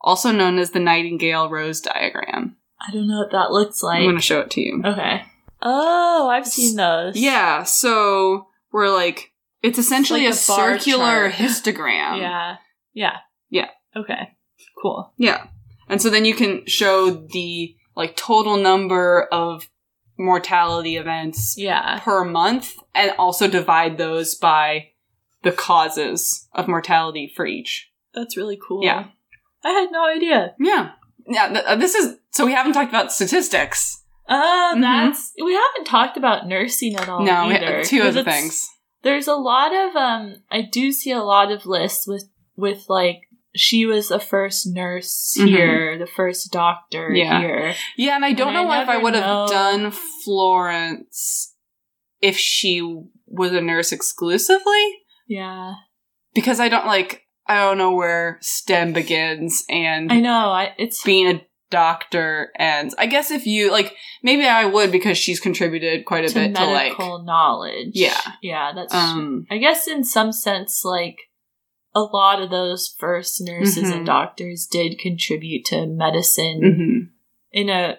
Speaker 1: also known as the Nightingale Rose diagram.
Speaker 2: I don't know what that looks like.
Speaker 1: I'm going to show it to you.
Speaker 2: Okay. Oh, I've seen those.
Speaker 1: Yeah, so we're like, it's essentially
Speaker 2: like
Speaker 1: a,
Speaker 2: a bar
Speaker 1: circular
Speaker 2: [LAUGHS] chart.
Speaker 1: histogram.
Speaker 2: Yeah. Yeah.
Speaker 1: Yeah.
Speaker 2: Okay. Cool.
Speaker 1: Yeah. And so then you can show the like total number of mortality events
Speaker 2: Yeah.
Speaker 1: per month and also divide those by the causes of mortality for each.
Speaker 2: That's really cool.
Speaker 1: Yeah.
Speaker 2: I had no idea.
Speaker 1: Yeah. Yeah, th- uh, this is so we haven't talked about statistics.
Speaker 2: Uh,
Speaker 1: Mhm.
Speaker 2: that's we haven't talked about nursing at all.
Speaker 1: no, we- [LAUGHS]
Speaker 2: either,
Speaker 1: two
Speaker 2: 'cause
Speaker 1: other
Speaker 2: it's-
Speaker 1: things.
Speaker 2: There's a lot of um. I do see a lot of lists with with like she was the first nurse
Speaker 1: Mhm.
Speaker 2: here, the first doctor
Speaker 1: Yeah.
Speaker 2: here.
Speaker 1: Yeah, and I don't
Speaker 2: and
Speaker 1: know
Speaker 2: I
Speaker 1: if I
Speaker 2: never
Speaker 1: would have
Speaker 2: know-
Speaker 1: done Florence if she was a nurse exclusively.
Speaker 2: Yeah,
Speaker 1: because I don't like I don't know where STEM begins and
Speaker 2: I know. I it's
Speaker 1: being a doctor ends. I guess if you like maybe I would because she's contributed quite a
Speaker 2: to
Speaker 1: bit
Speaker 2: medical
Speaker 1: to like
Speaker 2: knowledge.
Speaker 1: Yeah.
Speaker 2: yeah. That's
Speaker 1: um
Speaker 2: I guess in some sense, like a lot of those first nurses
Speaker 1: Mhm.
Speaker 2: and doctors did contribute to medicine
Speaker 1: mhm.
Speaker 2: in a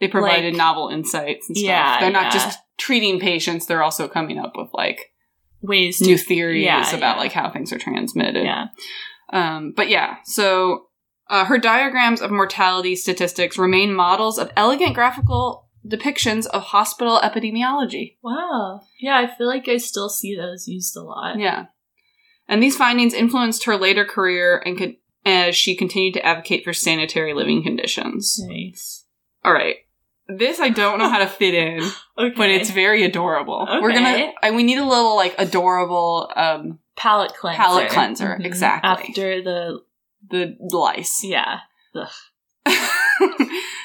Speaker 1: they provided
Speaker 2: Like-
Speaker 1: novel insights and stuff.
Speaker 2: Yeah,
Speaker 1: they're not
Speaker 2: yeah.
Speaker 1: just treating patients, they're also coming up with like
Speaker 2: ways to
Speaker 1: new theories
Speaker 2: yeah,
Speaker 1: about
Speaker 2: yeah.
Speaker 1: like how things are transmitted.
Speaker 2: yeah
Speaker 1: Um, but yeah, so uh, her diagrams of mortality statistics remain models of elegant graphical depictions of hospital epidemiology.
Speaker 2: wow yeah i feel like i still see those used a lot
Speaker 1: Yeah. And these findings influenced her later career and con- as she continued to advocate for sanitary living conditions.
Speaker 2: nice
Speaker 1: All right. This I don't know how to fit in,
Speaker 2: okay
Speaker 1: but it's very adorable. We're gonna
Speaker 2: Okay.
Speaker 1: I, we need a little like adorable um
Speaker 2: palette cleanser
Speaker 1: palette cleanser, exactly.
Speaker 2: after the
Speaker 1: the lice. [LAUGHS]
Speaker 2: yeah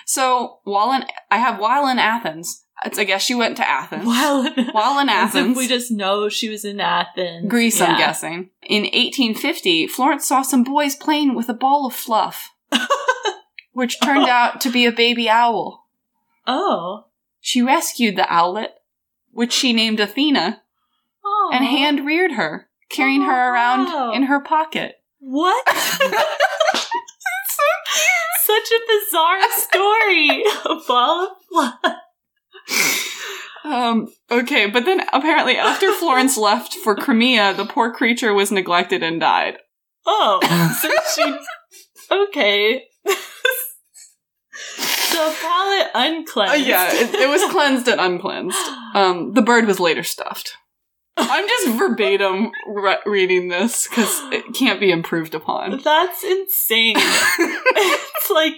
Speaker 1: so while in I have while in Athens. It's, I guess she went to Athens.
Speaker 2: while [LAUGHS]
Speaker 1: [LAUGHS] while in
Speaker 2: as
Speaker 1: Athens.
Speaker 2: if we just know she was in athens
Speaker 1: Greece, I'm
Speaker 2: Yeah.
Speaker 1: guessing.
Speaker 2: [LAUGHS]
Speaker 1: In 1850, Florence saw some boys playing with a ball of fluff.
Speaker 3: which turned out to be a baby owl.
Speaker 2: Oh.
Speaker 3: She rescued the owlet,
Speaker 1: which she named Athena
Speaker 2: Oh.
Speaker 3: and hand reared her, carrying her
Speaker 2: Oh,
Speaker 3: around
Speaker 2: wow.
Speaker 3: in her pocket.
Speaker 2: [LAUGHS] What?
Speaker 1: [LAUGHS]
Speaker 2: Such a bizarre story. [LAUGHS] A ball of fluff.
Speaker 1: Um, okay, but then apparently after Florence left for Crimea, the poor creature was neglected and died. [LAUGHS]
Speaker 2: Oh. So she. Okay. [LAUGHS] so palette uncleansed.
Speaker 1: Uh, yeah, it,
Speaker 2: [LAUGHS]
Speaker 1: it was cleansed and uncleansed. Um, the bird was later stuffed. I'm
Speaker 2: [LAUGHS]
Speaker 1: just verbatim re- reading this because it can't be improved
Speaker 2: [LAUGHS]
Speaker 1: upon.
Speaker 2: That's insane.
Speaker 1: [LAUGHS]
Speaker 2: it's like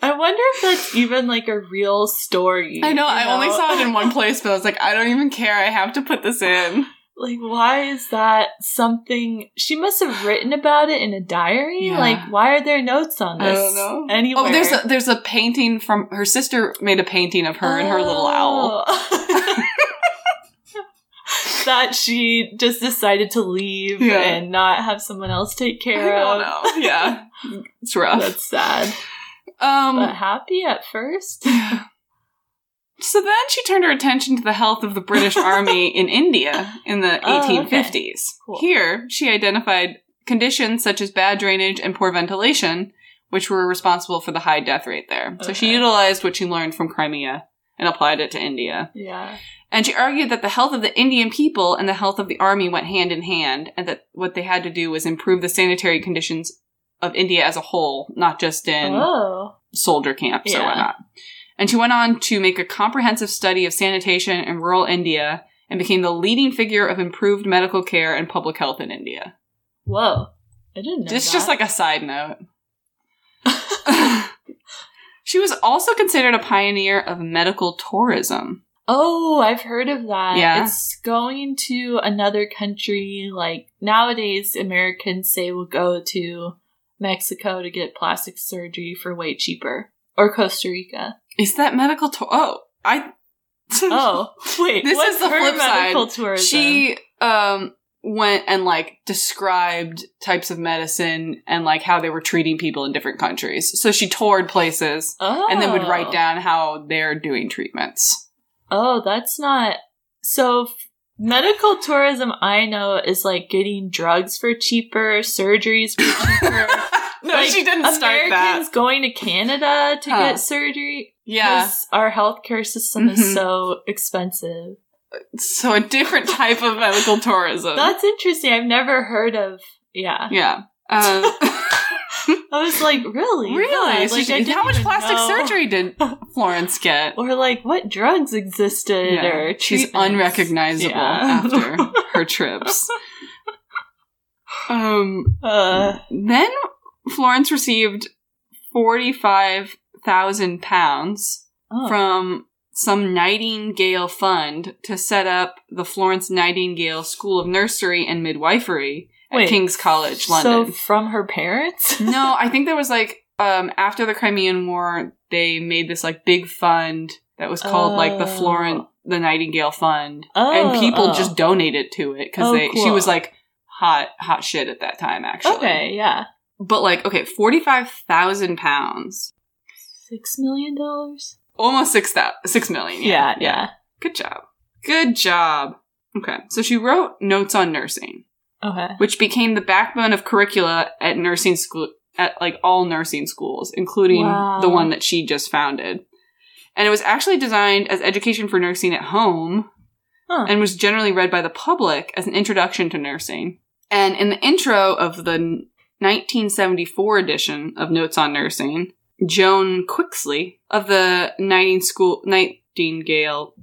Speaker 2: I wonder if that's even like a real story.
Speaker 1: I know,
Speaker 2: you
Speaker 1: I only saw it in one place, but I was like, I don't even care. I have to put this in.
Speaker 2: Like, why is that something? She must have written about it in a diary.
Speaker 1: Yeah.
Speaker 2: Like, why are there notes on
Speaker 1: I
Speaker 2: this?
Speaker 1: don't know.
Speaker 2: Anywhere?
Speaker 1: Oh, there's a there's a painting from her sister made a painting of her and her little owl. [LAUGHS]
Speaker 2: Oh. that she just decided to leave
Speaker 1: Yeah.
Speaker 2: and not have someone else take
Speaker 1: I
Speaker 2: care
Speaker 1: don't
Speaker 2: of.
Speaker 1: know. Yeah, it's rough.
Speaker 2: That's sad,
Speaker 1: [LAUGHS] um,
Speaker 2: but happy at first.
Speaker 1: So then she turned her attention to the health of the
Speaker 2: [LAUGHS]
Speaker 1: British Army in India in the
Speaker 2: Oh, okay.
Speaker 1: 1850s.
Speaker 2: Cool.
Speaker 1: Here, she identified conditions such as bad drainage and poor ventilation, which were responsible for the high death rate there. So she
Speaker 2: Okay.
Speaker 1: utilized what she learned from Crimea and applied it to India.
Speaker 2: Yeah.
Speaker 1: And she argued that the health of the Indian people and the health of the army went hand in hand, and that what they had to do was improve the sanitary conditions of India as a whole, not just in
Speaker 2: oh.
Speaker 1: soldier camps or
Speaker 2: Yeah.
Speaker 1: whatnot. And she went on to make a comprehensive study of sanitation in rural India and became the leading figure of improved medical care and public health in India.
Speaker 2: Whoa. I didn't know.
Speaker 1: It's just
Speaker 2: that.
Speaker 1: like a side
Speaker 2: [LAUGHS]
Speaker 1: note. she was also considered a pioneer of medical tourism.
Speaker 2: Oh, I've heard of that.
Speaker 1: Yeah.
Speaker 2: It's going to another country. Like nowadays, Americans say we'll go to Mexico to get plastic surgery for way cheaper, or Costa
Speaker 1: [LAUGHS]
Speaker 2: Rica.
Speaker 1: Is that medical tour? Oh, I. [LAUGHS]
Speaker 2: Oh, wait,
Speaker 1: This
Speaker 2: what's
Speaker 1: is the
Speaker 2: her
Speaker 1: flip side.
Speaker 2: medical tourism?
Speaker 1: she um went and like described types of medicine and like how they were treating people in different countries. So she toured places.
Speaker 2: oh.
Speaker 1: and then would write down how they're doing treatments.
Speaker 2: [LAUGHS] Oh, that's not so. f- Medical tourism, I know, is like getting drugs for cheaper, surgeries for cheaper.
Speaker 1: [LAUGHS] no,
Speaker 2: Like,
Speaker 1: she didn't start
Speaker 2: Americans
Speaker 1: that.
Speaker 2: going to Canada to
Speaker 1: Huh.
Speaker 2: get surgery.
Speaker 1: Yeah.
Speaker 2: 'Cause our healthcare system
Speaker 1: Mhm.
Speaker 2: is so expensive.
Speaker 1: So a different type of medical tourism.
Speaker 2: That's interesting. I've never heard of. Yeah,
Speaker 1: yeah. Um,
Speaker 2: I was like, [LAUGHS] really,
Speaker 1: really? [LAUGHS]
Speaker 2: Yeah,
Speaker 1: So
Speaker 2: Like,
Speaker 1: she-
Speaker 2: I didn't
Speaker 1: how much
Speaker 2: even
Speaker 1: plastic
Speaker 2: know.
Speaker 1: surgery did
Speaker 2: [LAUGHS]
Speaker 1: Florence get?
Speaker 2: or like what drugs existed?
Speaker 1: Yeah.
Speaker 2: Or
Speaker 1: She's
Speaker 2: treatments.
Speaker 1: unrecognizable
Speaker 2: Yeah.
Speaker 1: after her trips. Um,
Speaker 2: [LAUGHS] Uh,
Speaker 1: then Florence received forty-five thousand pounds
Speaker 2: oh.
Speaker 1: from some Nightingale fund to set up the Florence Nightingale School of Nursery and Midwifery at
Speaker 2: Wait,
Speaker 1: King's College, London.
Speaker 2: So from her parents.
Speaker 1: no, I think there was like um, after the Crimean War, they made this like big fund that was called like the
Speaker 2: Oh.
Speaker 1: Florence the Nightingale Fund, [LAUGHS]
Speaker 2: Oh,
Speaker 1: and people
Speaker 2: oh.
Speaker 1: just donated to it because
Speaker 2: Oh,
Speaker 1: they she
Speaker 2: cool.
Speaker 1: was like hot hot shit at that time actually.
Speaker 2: Okay, yeah,
Speaker 1: but like okay, forty five thousand pounds,
Speaker 2: six million dollars.
Speaker 1: almost six thou- six million.
Speaker 2: Yeah, yeah.
Speaker 1: Good job. Good job. Okay, so she wrote Notes on Nursing,
Speaker 2: Okay.
Speaker 1: which became the backbone of curricula at nursing school at like all nursing schools, including
Speaker 2: Wow.
Speaker 1: the one that she just founded. And it was actually designed as education for nursing at home
Speaker 2: Huh.
Speaker 1: and was generally read by the public as an introduction to nursing. And in the intro of the 1974 edition of Notes on Nursing, Joan Quixley of the Nighting School, Nightingale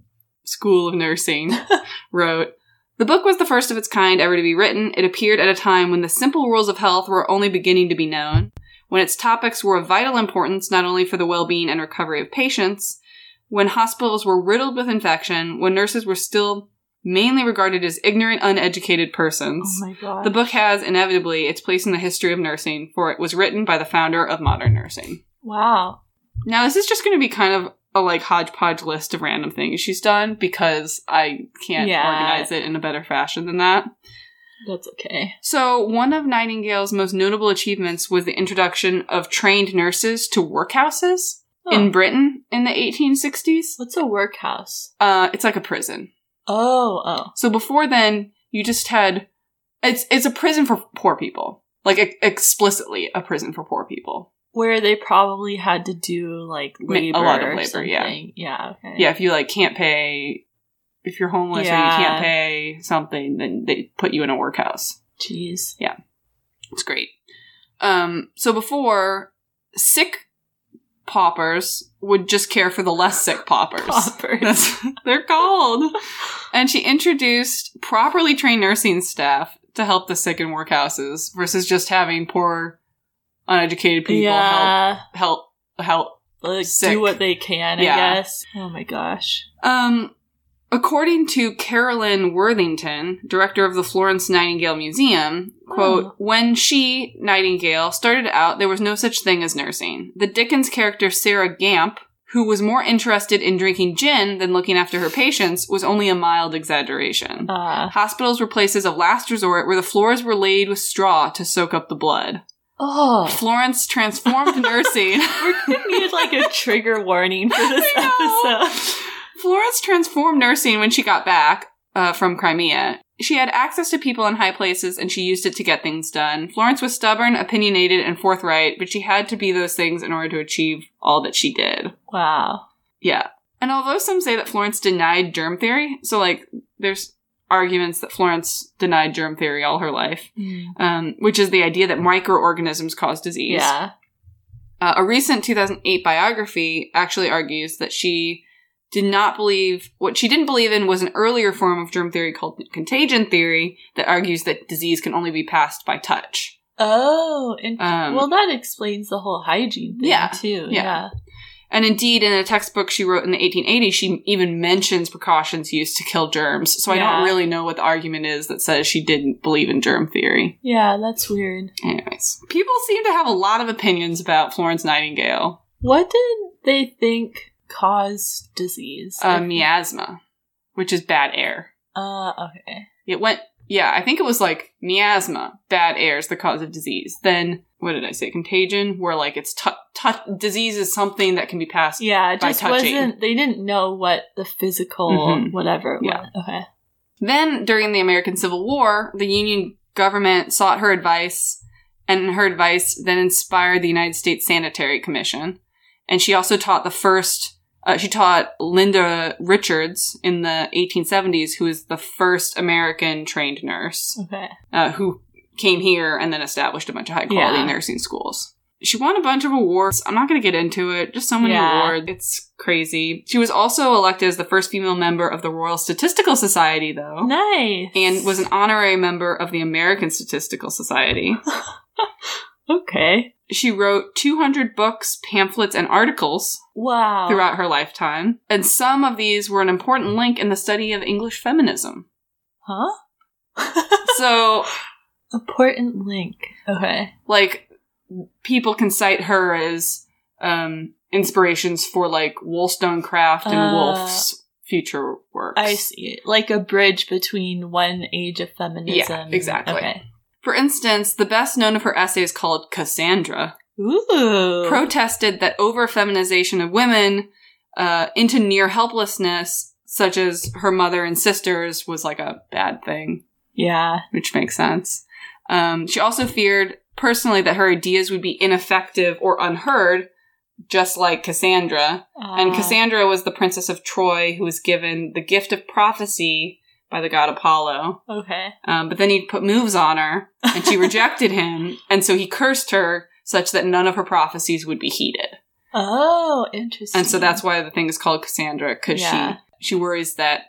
Speaker 1: School of Nursing [LAUGHS] wrote, The book was the first of its kind ever to be written. It appeared at a time when the simple rules of health were only beginning to be known, when its topics were of vital importance not only for the well being and recovery of patients, when hospitals were riddled with infection, when nurses were still mainly regarded as ignorant, uneducated persons.
Speaker 2: Oh my god.
Speaker 1: The book has inevitably its place in the history of nursing, for it was written by the founder of modern nursing.
Speaker 2: Wow.
Speaker 1: Now, this is just going to be kind of a like hodgepodge list of random things she's done because I can't
Speaker 2: Yeah.
Speaker 1: organize it in a better fashion than that.
Speaker 2: That's okay.
Speaker 1: So, one of Nightingale's most notable achievements was the introduction of trained nurses to workhouses in
Speaker 2: In
Speaker 1: Britain in the 1860s.
Speaker 2: what's a workhouse?
Speaker 1: Uh, it's like a prison.
Speaker 2: Oh, oh.
Speaker 1: So before then, you just had it's it's a prison for poor people, like ex- explicitly a prison for poor people.
Speaker 2: Where they probably had to do like
Speaker 1: Ma-
Speaker 2: labor.
Speaker 1: a lot of
Speaker 2: or
Speaker 1: labor, yeah.
Speaker 2: something. Yeah. Okay.
Speaker 1: Yeah, if you like can't pay, if you're homeless or you
Speaker 2: Yeah.
Speaker 1: can't pay something, then they put you in a workhouse.
Speaker 2: Jeez.
Speaker 1: It's great. Um, so before sick paupers would just care for the less sick paupers.
Speaker 2: [LAUGHS] Paupers.
Speaker 1: That's what they're called. And she introduced properly trained nursing staff to help the sick in workhouses versus just having poor, uneducated people
Speaker 2: yeah.
Speaker 1: help help help.
Speaker 2: Like,
Speaker 1: Sick.
Speaker 2: do what they can,
Speaker 1: Yeah.
Speaker 2: I guess. Oh my gosh.
Speaker 1: Um, according to Carolyn Worthington, director of the Florence Nightingale Museum, quote,
Speaker 2: Oh.
Speaker 1: when she, Nightingale, started out, there was no such thing as nursing. The Dickens character Sarah Gamp, who was more interested in drinking gin than looking after her patients, was only a mild exaggeration.
Speaker 2: Uh,
Speaker 1: Hospitals were places of last resort where the floors were laid with straw to soak up the blood. [LAUGHS]
Speaker 2: oh.
Speaker 1: Florence
Speaker 2: [LAUGHS]
Speaker 1: transformed nursing.
Speaker 2: We're gonna need like a trigger warning for this
Speaker 1: [LAUGHS] I know.
Speaker 2: episode.
Speaker 1: Florence transformed nursing when she got back uh, from Crimea. She had access to people in high places and she used it to get things done. Florence was stubborn, opinionated, and forthright, but she had to be those things in order to achieve all that she did.
Speaker 2: Wow.
Speaker 1: Yeah. And although some say that Florence denied germ theory, so like there's arguments that Florence denied germ theory all her life. um, which is the idea that microorganisms cause disease.
Speaker 2: Yeah.
Speaker 1: Uh, a recent 2008 biography actually argues that she did not believe what she didn't believe in was an earlier form of germ theory called contagion theory that argues that disease can only be passed by touch.
Speaker 2: Oh, and
Speaker 1: Um,
Speaker 2: well, that explains the whole hygiene thing
Speaker 1: Yeah,
Speaker 2: too.
Speaker 1: yeah.
Speaker 2: Yeah.
Speaker 1: and indeed, in a textbook she wrote in the 1880s, she even mentions precautions used to kill germs. So I
Speaker 2: Yeah.
Speaker 1: don't really know what the argument is that says she didn't believe in germ theory.
Speaker 2: Yeah, that's weird.
Speaker 1: Anyways, people seem to have a lot of opinions about Florence Nightingale.
Speaker 2: What did they think caused disease?
Speaker 1: uh, miasma, which is bad air.
Speaker 2: Uh, okay.
Speaker 1: It went, yeah, I think it was like miasma, bad air is the cause of disease. Then, what did I say? Contagion, where like it's tu- tu- disease is something that can be passed.
Speaker 2: Yeah, it
Speaker 1: By
Speaker 2: just
Speaker 1: touching.
Speaker 2: wasn't. They didn't know what the physical
Speaker 1: Mhm.
Speaker 2: whatever. It
Speaker 1: Yeah.
Speaker 2: was. Okay.
Speaker 1: Then, during the American Civil War, the Union government sought her advice, and her advice then inspired the United States Sanitary Commission. And she also taught the first, uh, she taught Linda Richards in the 1870s, who was the first American trained nurse.
Speaker 2: Okay.
Speaker 1: uh, who came here and then established a bunch of high quality
Speaker 2: Yeah.
Speaker 1: nursing schools. She won a bunch of awards. I'm not going to get into it. Just so many
Speaker 2: Yeah.
Speaker 1: awards. It's crazy. She was also elected as the first female member of the Royal Statistical Society, though,
Speaker 2: Nice.
Speaker 1: Oh. and was an honorary member of the American Statistical Society.
Speaker 2: okay.
Speaker 1: She wrote 200 books, pamphlets, and articles
Speaker 2: Wow.
Speaker 1: throughout her lifetime, and some of these were an important link in the study of English feminism.
Speaker 2: Huh?
Speaker 1: So
Speaker 2: Important link. Okay.
Speaker 1: like people can cite her as um inspirations for like Wollstonecraft and
Speaker 2: Uh,
Speaker 1: Wolfe's future works.
Speaker 2: I see. Like a bridge between one age of feminism.
Speaker 1: exactly.
Speaker 2: Okay.
Speaker 1: For instance, the best known of her essays called Cassandra
Speaker 2: Ooh.
Speaker 1: protested that over feminization of women uh into near helplessness such as her mother and sisters was like a bad thing,
Speaker 2: yeah.
Speaker 1: which makes sense. Um she also feared personally that her ideas would be ineffective or unheard just like Cassandra And
Speaker 2: Uh,
Speaker 1: Cassandra was the princess of Troy who was given the gift of prophecy by the god Apollo.
Speaker 2: Okay.
Speaker 1: Um, but then he put moves on her and
Speaker 2: [LAUGHS]
Speaker 1: she rejected him. And so he cursed her such that none of her prophecies would be heeded.
Speaker 2: Oh, interesting.
Speaker 1: And so that's why the thing is called Cassandra because
Speaker 2: Yeah.
Speaker 1: she, she worries that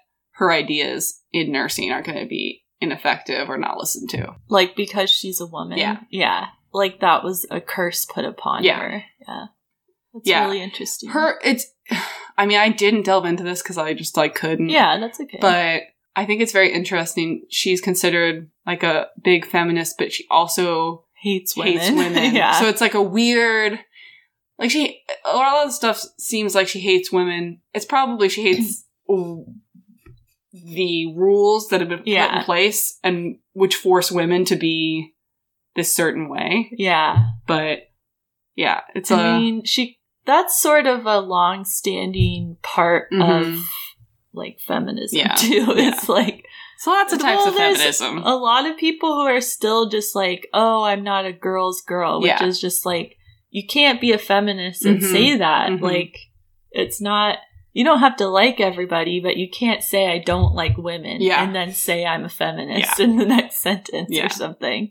Speaker 1: her ideas in nursing are going to be ineffective or not listened to.
Speaker 2: like because she's a woman.
Speaker 1: Yeah.
Speaker 2: Yeah. Like that was a curse put upon
Speaker 1: Yeah.
Speaker 2: her. Yeah. That's
Speaker 1: Yeah.
Speaker 2: really interesting.
Speaker 1: Her, it's, [SIGHS] I mean, I didn't delve into this because I just like couldn't.
Speaker 2: Yeah, that's okay.
Speaker 1: but I think it's very interesting. She's considered like a big feminist, but she also
Speaker 2: hates women.
Speaker 1: hates
Speaker 2: [LAUGHS]
Speaker 1: women.
Speaker 2: yeah.
Speaker 1: So it's like a weird, like she a
Speaker 2: [CLEARS THROAT]
Speaker 1: lot of the stuff seems like she hates women. It's probably she hates the rules that have been put
Speaker 2: Yeah.
Speaker 1: in place and which force women to be this certain way.
Speaker 2: Yeah.
Speaker 1: But yeah, it's
Speaker 2: I
Speaker 1: a
Speaker 2: mean, she that's sort of a long-standing part of
Speaker 1: Mhm.
Speaker 2: like feminism
Speaker 1: Yeah.
Speaker 2: too. [LAUGHS] It's like
Speaker 1: so lots of types
Speaker 2: well,
Speaker 1: of
Speaker 2: there's
Speaker 1: feminism.
Speaker 2: a lot of people who are still just like, "Oh, I'm not a girl's girl," which
Speaker 1: Yeah.
Speaker 2: is just like you can't be a feminist and say that.
Speaker 1: Mhm.
Speaker 2: Like it's not you don't have to like everybody, but you can't say I don't like women
Speaker 1: Yeah.
Speaker 2: and then say I'm a feminist in the next sentence
Speaker 1: Yeah.
Speaker 2: or something.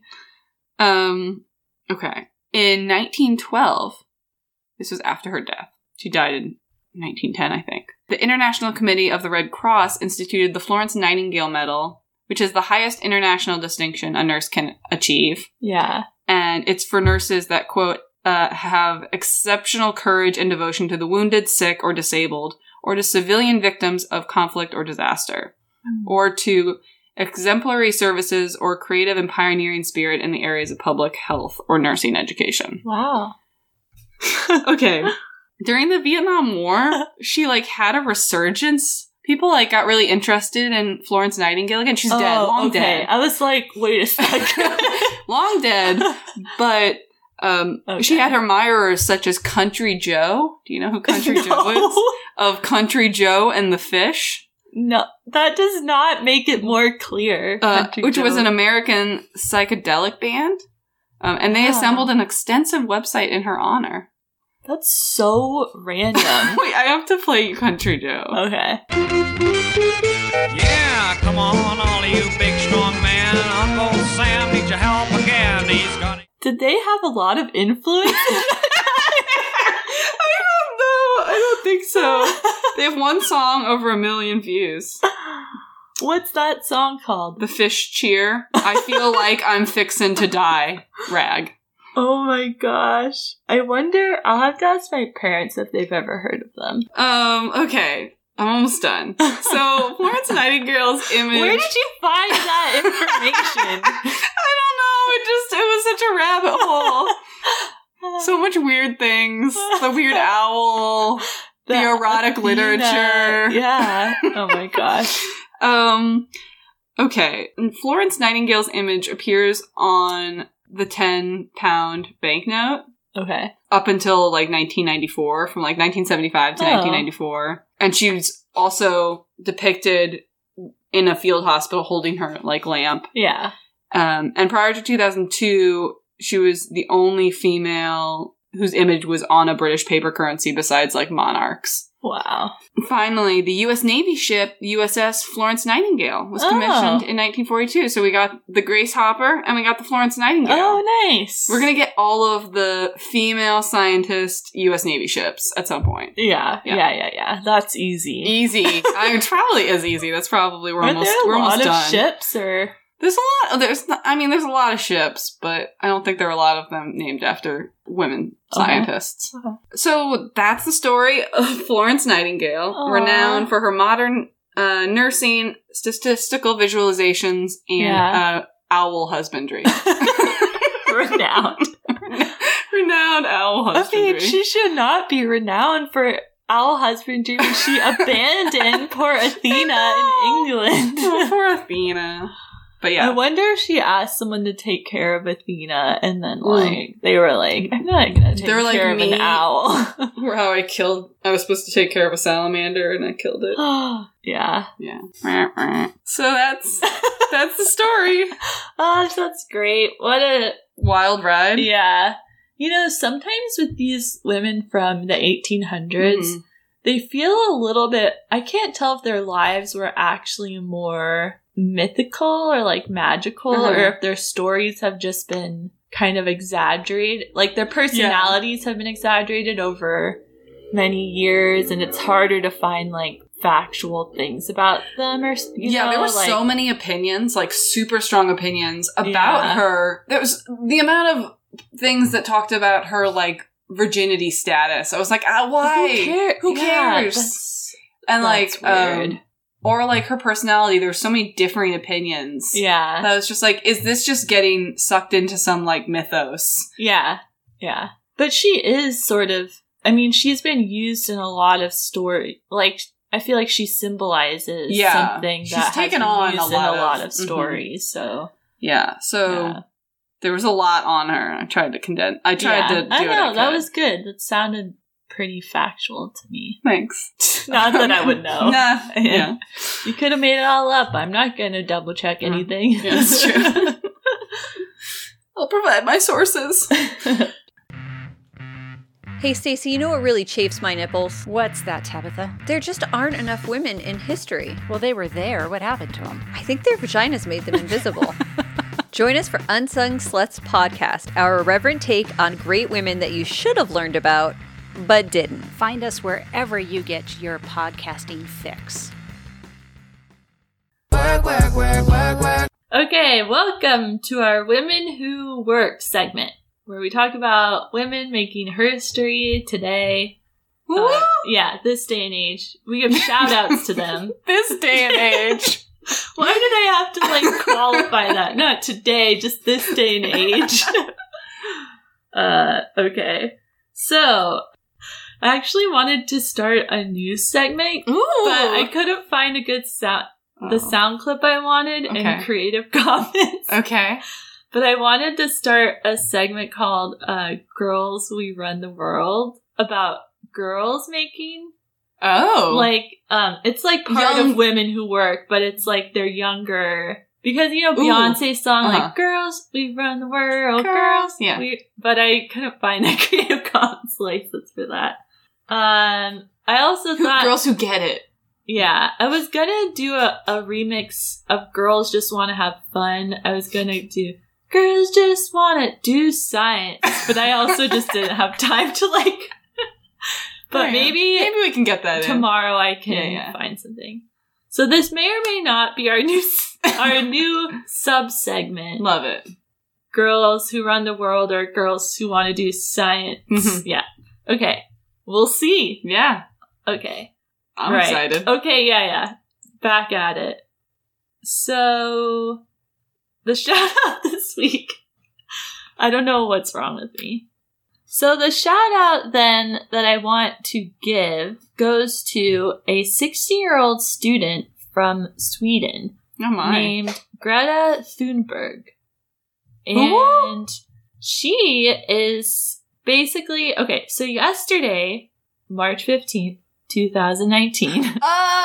Speaker 1: Um, okay. In 1912, this was after her death. She died in 1910, I think. The International Committee of the Red Cross instituted the Florence Nightingale Medal, which is the highest international distinction a nurse can achieve.
Speaker 2: Yeah.
Speaker 1: And it's for nurses that, quote, uh, have exceptional courage and devotion to the wounded, sick, or disabled, or to civilian victims of conflict or disaster or to exemplary services or creative and pioneering spirit in the areas of public health or nursing education. [LAUGHS]
Speaker 2: Wow.
Speaker 1: okay. During the Vietnam
Speaker 2: [LAUGHS]
Speaker 1: War, she like had a resurgence. People like got really interested in Florence Nightingale again. She's dead,
Speaker 2: Oh,
Speaker 1: long
Speaker 2: okay.
Speaker 1: dead.
Speaker 2: I was like, wait a [LAUGHS] second.
Speaker 1: long dead.
Speaker 2: [LAUGHS]
Speaker 1: But um
Speaker 2: Okay.
Speaker 1: she had her admirers such as Country Joe. Do you know who
Speaker 2: [LAUGHS]
Speaker 1: Country Joe is? Of Country Joe and the Fish.
Speaker 2: No, that does not make it more clear. [LAUGHS]
Speaker 1: uh,
Speaker 2: Country
Speaker 1: which was
Speaker 2: Joe.
Speaker 1: an American psychedelic band. Um, and they
Speaker 2: Wow.
Speaker 1: assembled an extensive website in her honor.
Speaker 2: That's so [LAUGHS] random.
Speaker 1: [LAUGHS] Wait, I have to play you Country Joe.
Speaker 2: okay.
Speaker 4: Yeah, come on, all of you big strong men. Uncle Sam needs your help again. He's got
Speaker 2: Did they have a lot of influence? [LAUGHS]
Speaker 1: I don't know. I don't think so. they have one song over a million views.
Speaker 2: [LAUGHS] What's that song called?
Speaker 1: The fish cheer. I
Speaker 2: [LAUGHS]
Speaker 1: feel like I'm fixin' to die. Rag.
Speaker 2: Oh my gosh. I wonder, I'll have to ask my parents if they've ever heard of them.
Speaker 1: Um, okay. I'm almost done. So Florence Nightingale's image
Speaker 2: [LAUGHS] [LAUGHS] Where did you
Speaker 1: [LAUGHS]
Speaker 2: find [LAUGHS] that information?
Speaker 1: I don't know, it just it was such a rabbit
Speaker 2: [LAUGHS]
Speaker 1: hole. so much weird things the weird owl the erotic
Speaker 2: Athena-
Speaker 1: literature.
Speaker 2: Yeah. Oh
Speaker 1: [LAUGHS]
Speaker 2: my gosh.
Speaker 1: um okay florence nightingale's image appears on the 10 pound banknote
Speaker 2: Okay.
Speaker 1: up until like 1994 from like 1975 to
Speaker 2: Oh.
Speaker 1: 1994 and she's also depicted in a field hospital holding her like lamp
Speaker 2: Yeah.
Speaker 1: um, and prior to 2002, she was the only female whose image was on a British paper currency besides like monarchs.
Speaker 2: Wow.
Speaker 1: Finally, the U.S. Navy ship USS Florence Nightingale was
Speaker 2: Oh.
Speaker 1: commissioned in 1942. So we got the Grace Hopper and we got the Florence Nightingale.
Speaker 2: Oh, nice.
Speaker 1: We're going to get all of the female scientist U.S. Navy ships at some point.
Speaker 2: Yeah, yeah,
Speaker 1: Yeah.
Speaker 2: yeah, yeah. That's easy.
Speaker 1: Easy. I mean, it's probably as easy. That's probably we're
Speaker 2: Aren't
Speaker 1: almost
Speaker 2: there a
Speaker 1: we're
Speaker 2: lot
Speaker 1: almost
Speaker 2: of
Speaker 1: done. [LAUGHS]
Speaker 2: ships or?
Speaker 1: There's a lot. There's. not- I mean, there's a lot of ships, but I don't think there are a lot of them named after women
Speaker 2: Okay.
Speaker 1: scientists.
Speaker 2: Okay.
Speaker 1: So that's the story of [LAUGHS] Florence Nightingale,
Speaker 2: Aw.
Speaker 1: renowned for her modern uh, nursing, statistical visualizations, and
Speaker 2: Yeah.
Speaker 1: uh, owl husbandry. [LAUGHS]
Speaker 2: [LAUGHS] renowned.
Speaker 1: renowned owl
Speaker 2: I
Speaker 1: husbandry.
Speaker 2: mean, she should not be renowned for owl husbandry
Speaker 1: [LAUGHS]
Speaker 2: when she abandoned poor Athena
Speaker 1: know.
Speaker 2: in England.
Speaker 1: oh, poor Athena. But [LAUGHS]
Speaker 2: I
Speaker 1: yeah,
Speaker 2: wonder if she asked someone to take care of Athena, and then
Speaker 1: Ooh.
Speaker 2: like they were like, "I'm not gonna take
Speaker 1: They're Mm. like
Speaker 2: care of
Speaker 1: me. [LAUGHS]
Speaker 2: an owl." [GASPS]
Speaker 1: how I killed. I was supposed to take care of a salamander, and I killed it.
Speaker 2: yeah.
Speaker 1: Yeah. So that's that's the story.
Speaker 2: Gosh, Oh, that's great. What a
Speaker 1: Wild ride.
Speaker 2: yeah. You know, sometimes with these women from the 1800s,
Speaker 1: Mhm.
Speaker 2: they feel a little bit i can't tell if their lives were actually more mythical or like magical
Speaker 1: Uh-huh.
Speaker 2: or if their stories have just been kind of exaggerated like their personalities have been exaggerated over many years and it's harder to find like factual things about them or s- you
Speaker 1: yeah,
Speaker 2: know,
Speaker 1: there were
Speaker 2: like,
Speaker 1: so many opinions, like super strong opinions about
Speaker 2: Yeah.
Speaker 1: her. There was the amount of things that talked about her like virginity status. I was like, ah, why?
Speaker 2: who, care-
Speaker 1: Who
Speaker 2: Yeah,
Speaker 1: cares?
Speaker 2: that's-
Speaker 1: and
Speaker 2: that's
Speaker 1: like, um,
Speaker 2: weird.
Speaker 1: or like her personality. There were so many differing opinions.
Speaker 2: yeah
Speaker 1: That was just like, is this just getting sucked into some like mythos?
Speaker 2: yeah yeah but she is sort of i mean she's been used in a lot of story like I I feel like she symbolizes
Speaker 1: Yeah.
Speaker 2: something that
Speaker 1: She's
Speaker 2: has
Speaker 1: taken
Speaker 2: been
Speaker 1: on a lot
Speaker 2: used in
Speaker 1: of-
Speaker 2: a lot of
Speaker 1: mhm.
Speaker 2: stories. So
Speaker 1: Yeah. So
Speaker 2: yeah.
Speaker 1: there was a lot on her. and I tried to condense. I tried
Speaker 2: Yeah.
Speaker 1: to do
Speaker 2: I
Speaker 1: it.
Speaker 2: know that
Speaker 1: could.
Speaker 2: was good. That sounded pretty factual to me.
Speaker 1: thanks.
Speaker 2: [LAUGHS] Not that I
Speaker 1: [LAUGHS]
Speaker 2: would know.
Speaker 1: Nah.
Speaker 2: [LAUGHS] Yeah.
Speaker 1: Yeah.
Speaker 2: You could have made it all up. I'm not going to double check
Speaker 1: Mhm.
Speaker 2: anything.
Speaker 1: Yeah, that's
Speaker 2: [LAUGHS]
Speaker 1: true. I'll provide my
Speaker 2: [LAUGHS]
Speaker 1: sources.
Speaker 5: Hey, Stacey, you know what really chafes my nipples? What's that, Tabitha? There just aren't enough women in history.
Speaker 6: Well, they were there. What happened to them?
Speaker 5: I think their vaginas made them invisible. Join us for Unsung Sluts Podcast, our irreverent take on great women that you should have learned about but didn't.
Speaker 6: Find us wherever you get your podcasting fix.
Speaker 2: Okay, welcome to our Women Who Work segment, where we talk about women making history today. Uh, yeah, this day and age. We give shout outs
Speaker 3: [LAUGHS]
Speaker 2: to them.
Speaker 3: This day
Speaker 2: [LAUGHS]
Speaker 3: and age.
Speaker 2: Why did I have to like qualify that? Not today, just this day
Speaker 3: [LAUGHS]
Speaker 2: and age. uh, okay. So, I actually wanted to start a new segment,
Speaker 3: Ooh. Oh.
Speaker 2: but I couldn't find a good sound, the sound clip I wanted in
Speaker 3: Okay.
Speaker 2: Creative [LAUGHS] Commons.
Speaker 3: okay.
Speaker 2: But I wanted to start a segment called uh, Girls We Run the World about girls making.
Speaker 3: Oh.
Speaker 1: [LAUGHS]
Speaker 2: Like, um, it's like part
Speaker 3: Young-
Speaker 2: of women who work, but it's like they're younger. Because, you know,
Speaker 3: Ooh.
Speaker 2: Beyonce's song,
Speaker 3: Uh-huh.
Speaker 2: like, Girls We Run the World, Girls.
Speaker 3: Girls, yeah.
Speaker 2: We, but I couldn't find a [LAUGHS] Creative Commons license for that. Um, I also
Speaker 3: Who- [LAUGHS]
Speaker 2: thought.
Speaker 3: girls who get it.
Speaker 2: Yeah, I was gonna do a, a remix of Girls Just Wanna Have Fun. I was gonna do Girls Just Wanna Do Science, but I also just didn't have time to like. [LAUGHS] but
Speaker 3: Yeah.
Speaker 2: maybe,
Speaker 1: Maybe we can get that in.
Speaker 2: tomorrow I can
Speaker 1: Yeah, yeah.
Speaker 2: find something. So this may or may not be our
Speaker 1: [LAUGHS]
Speaker 2: new s- our new sub segment.
Speaker 1: Love it.
Speaker 2: Girls who run the world or girls who want to do science.
Speaker 1: Mhm.
Speaker 2: Yeah. Okay. We'll see.
Speaker 1: Yeah.
Speaker 2: Okay.
Speaker 1: I'm
Speaker 2: Right. Oh,
Speaker 1: excited.
Speaker 2: Okay, yeah, yeah. Back at it. So, the [LAUGHS] shout out this week. I don't know what's wrong with me. So, the shout out then that I want to give goes to a 16 year old student from Sweden
Speaker 1: Oh [LAUGHS] my.
Speaker 2: named Greta Thunberg.
Speaker 1: Ooh.
Speaker 2: And she is basically okay, so yesterday, March 15th, 2019.
Speaker 3: Oh.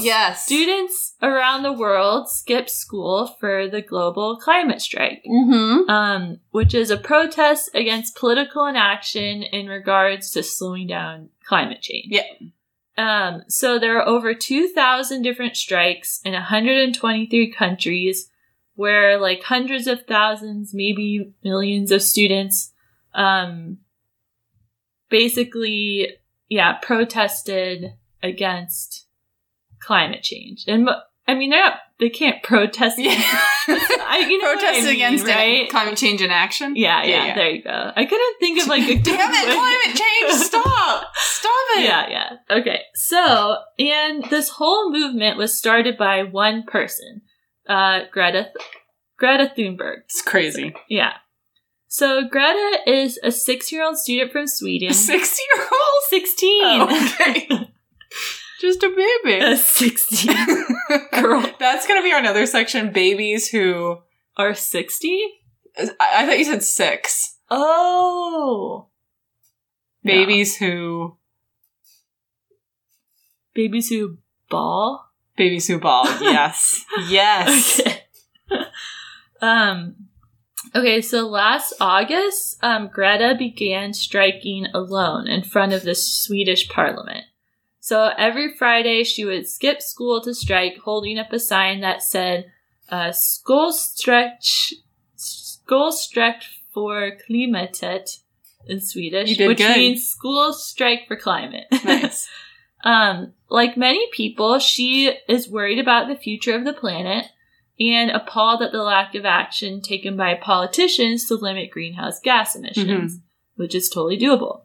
Speaker 3: Yes.
Speaker 2: Students around the world skipped school for the global climate strike,
Speaker 3: Mm-hmm.
Speaker 2: um, which is a protest against political inaction in regards to slowing down climate change.
Speaker 1: Yeah.
Speaker 2: Um, so there are over 2,000 different strikes in 123 countries where like hundreds of thousands, maybe millions of students um, basically, yeah, protested against climate change. And mo- I mean, they're not, they can't protest. [LAUGHS]
Speaker 3: Yeah.
Speaker 2: I,
Speaker 3: [LAUGHS]
Speaker 2: you know what I
Speaker 3: Protest
Speaker 2: mean,
Speaker 3: against it.
Speaker 2: right?
Speaker 3: climate change in action.
Speaker 2: Yeah, yeah,
Speaker 1: Yeah, yeah.
Speaker 2: there you go. I couldn't think of
Speaker 1: [LAUGHS]
Speaker 2: like a
Speaker 3: [LAUGHS]
Speaker 2: good
Speaker 3: Damn it,
Speaker 2: way.
Speaker 3: climate
Speaker 2: [LAUGHS]
Speaker 3: change! Stop! Stop it!
Speaker 2: Yeah, yeah. Okay. So, and this whole movement was started by one person, uh, Greta, Greta Thunberg.
Speaker 1: It's crazy.
Speaker 2: Yeah. So Greta is a six-year-old student
Speaker 3: [LAUGHS]
Speaker 1: [LAUGHS]
Speaker 2: from Sweden.
Speaker 3: Six year old.
Speaker 2: Sixteen.
Speaker 3: Oh. okay. Just a
Speaker 2: Oh, A
Speaker 3: baby.
Speaker 2: sixteen girl
Speaker 1: [LAUGHS] That's gonna be our another section. Babies who
Speaker 2: [LAUGHS] or sixty?
Speaker 1: I, I thought you said six.
Speaker 2: Oh, No.
Speaker 1: Babies who
Speaker 2: babies who ball.
Speaker 1: babies who
Speaker 2: [LAUGHS]
Speaker 1: ball. Yes. yes.
Speaker 2: Okay. [LAUGHS] um okay so last august um, greta began striking alone in front of the swedish parliament so every friday she would skip school to strike holding up a sign that said uh, school stretch school stretch for klimatet in swedish
Speaker 1: You did
Speaker 2: which
Speaker 1: good.
Speaker 2: means school strike for climate [LAUGHS]
Speaker 1: Nice.
Speaker 2: um, like many people, she is worried about the future of the planet and appalled at the lack of action taken by politicians to limit greenhouse gas emissions, which is totally doable.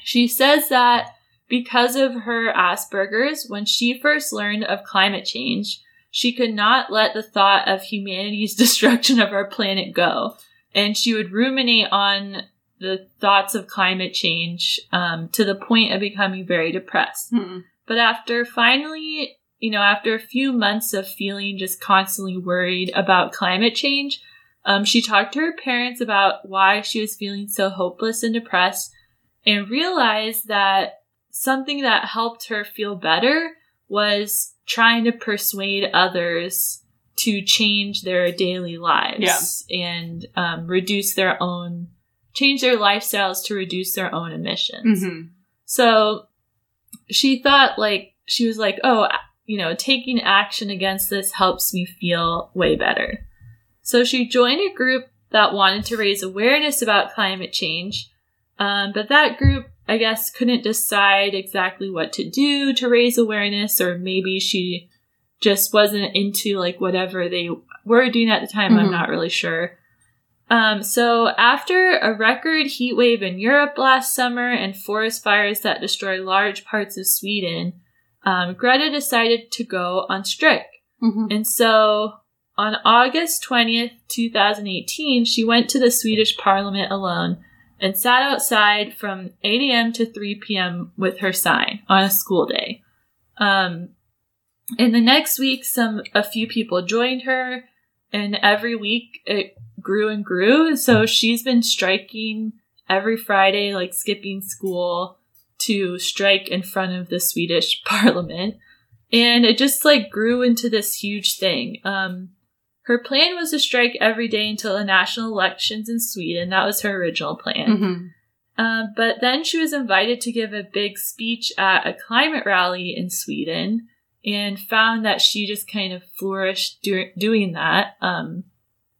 Speaker 2: She says that because of her Asperger's, when she first learned of climate change, she could not let the thought of humanity's [LAUGHS] destruction of our planet go. And she would ruminate on the thoughts of climate change um, to the point of becoming very depressed.
Speaker 1: Hmm.
Speaker 2: But after finally, you know, after a few months of feeling just constantly worried about climate change, um, she talked to her parents about why she was feeling so hopeless and depressed and realized that something that helped her feel better was trying to persuade others to change their daily lives and um, reduce their own, change their lifestyles to reduce their own emissions.
Speaker 1: Mhm.
Speaker 2: So she thought like she was like, "Oh, you know, taking action against this helps me feel way better." So she joined a group that wanted to raise awareness about climate change. Um, but that group, I guess, couldn't decide exactly what to do to raise awareness, or maybe she just wasn't into like whatever they were doing at the time. I'm
Speaker 1: Mhm.
Speaker 2: not really sure. Um, so after a record heat wave in Europe last summer and forest fires that destroyed large parts of Sweden, um, Greta decided to go on strike.
Speaker 1: Mhm.
Speaker 2: And so on August 20th, 2018, she went to the Swedish parliament alone and sat outside from 8 a.m. to 3 p.m. with her sign on a school day. Um, in the next week, some a few people joined her, and every week it grew and grew. So she's been striking every Friday, like skipping school to strike in front of the Swedish [LAUGHS] parliament. And it just like grew into this huge thing. Um, her plan was to strike every day until the national elections in Sweden. That was her original plan.
Speaker 1: Mhm.
Speaker 2: Um, but then she was invited to give a big speech at a climate rally in Sweden and found that she just kind of flourished dur- doing that, um,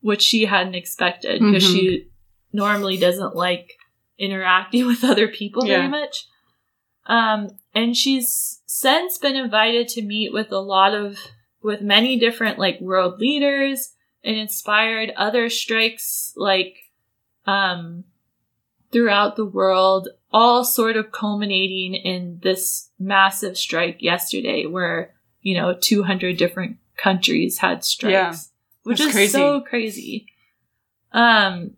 Speaker 2: which she hadn't expected because
Speaker 1: Mhm.
Speaker 2: she normally doesn't like interacting [LAUGHS] with other people
Speaker 1: Yeah.
Speaker 2: very much. Um, and she's since been invited to meet with a lot of, with many different like world leaders and inspired other strikes like, um, throughout the world, all sort of culminating in this massive strike yesterday where, you know, 200 different countries had strikes,
Speaker 1: Yeah.
Speaker 2: which
Speaker 1: That's
Speaker 2: is
Speaker 1: crazy.
Speaker 2: so crazy. Um,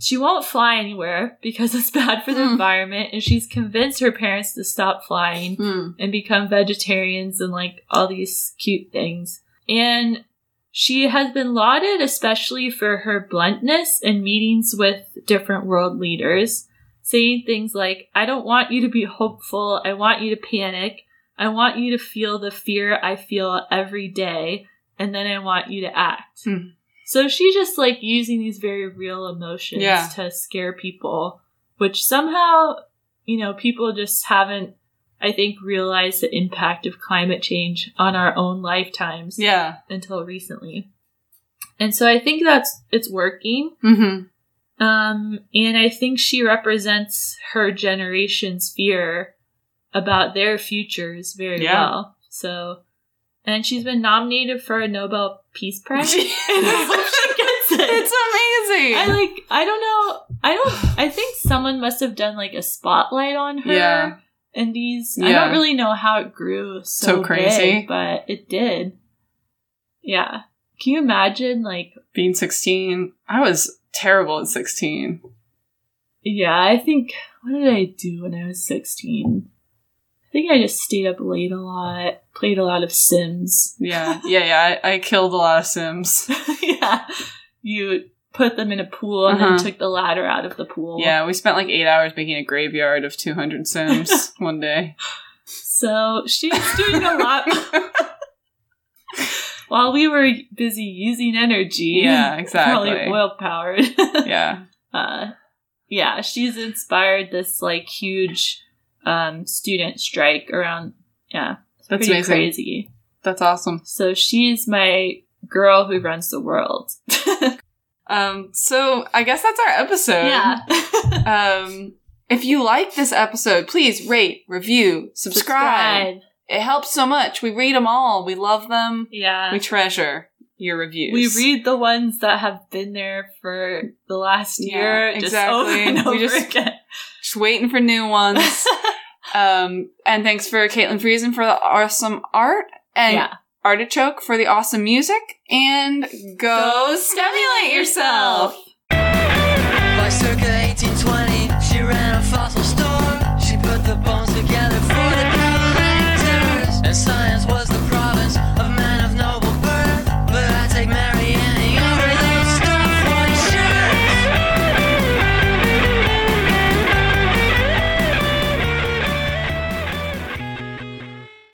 Speaker 2: she won't fly anywhere because it's bad for the
Speaker 1: Mm.
Speaker 2: environment, and she's convinced her parents to stop flying
Speaker 1: Mm.
Speaker 2: and become vegetarians and like all these cute things. And she has been lauded especially for her bluntness in meetings with different world leaders, saying things like, I don't want you to be hopeful. I want you to panic. I want you to feel the fear I feel every day. And then I want you to act.
Speaker 1: Hmm.
Speaker 2: So she's just like using these very real emotions
Speaker 1: Yeah.
Speaker 2: to scare people, which somehow, you know, people just haven't I think, realized the impact of climate change on our own lifetimes
Speaker 1: Yeah.
Speaker 2: until recently. And so I think that's it's working.
Speaker 1: Mm-hmm.
Speaker 2: Um, and I think she represents her generation's fear about their futures very
Speaker 1: Yeah.
Speaker 2: well. So, and she's been nominated for a Nobel Peace
Speaker 1: [LAUGHS]
Speaker 2: Prize. And I hope she gets it.
Speaker 1: It's amazing.
Speaker 2: I like I don't know I don't I think someone must have done like a spotlight on her
Speaker 1: Yeah.
Speaker 2: and these I
Speaker 1: Yeah.
Speaker 2: don't really know how it grew so,
Speaker 1: So crazy.
Speaker 2: big, but it did. Yeah. Can you imagine like
Speaker 1: Being 16, I was terrible at 16.
Speaker 2: yeah, I think what did I do when I was 16? I think I just stayed up late a lot, played a lot of Sims. [LAUGHS]
Speaker 1: Yeah, yeah, yeah. I, I killed a lot of Sims.
Speaker 2: yeah. You put them in a pool and
Speaker 1: Uh-huh.
Speaker 2: then took the ladder out of the pool.
Speaker 1: Yeah, we spent like eight hours making a graveyard of 200
Speaker 2: [LAUGHS]
Speaker 1: Sims one day.
Speaker 2: So she's doing
Speaker 1: [LAUGHS]
Speaker 2: a lot while we were busy using energy.
Speaker 1: Yeah, exactly.
Speaker 2: [LAUGHS] Probably oil [LAUGHS] powered.
Speaker 1: Yeah.
Speaker 2: Uh, yeah, she's inspired this like huge um, student strike around. Yeah, it's
Speaker 1: That's
Speaker 2: pretty
Speaker 1: amazing.
Speaker 2: crazy.
Speaker 1: That's awesome.
Speaker 2: So she's my girl who runs the world.
Speaker 1: Um, so I guess that's our episode.
Speaker 2: yeah.
Speaker 1: [LAUGHS] Um, if you like this episode, please rate, review, subscribe. It helps so much. We read them all. We love them.
Speaker 2: [LAUGHS] Yeah.
Speaker 1: We treasure your reviews.
Speaker 2: We read the ones that have been there for the last
Speaker 1: Yeah,
Speaker 2: year, just over
Speaker 1: exactly.
Speaker 2: and
Speaker 1: We
Speaker 2: over
Speaker 1: just-
Speaker 2: again.
Speaker 1: Just waiting for new
Speaker 2: [LAUGHS]
Speaker 1: ones. um, and thanks for Caitlin Friesen for the awesome art and
Speaker 2: Yeah.
Speaker 1: Artichoke for the awesome music. And go,
Speaker 2: Go
Speaker 1: stimulate
Speaker 2: stimulate
Speaker 1: yourself.
Speaker 7: By circa 1820, she ran a fossil store. She put the bomb.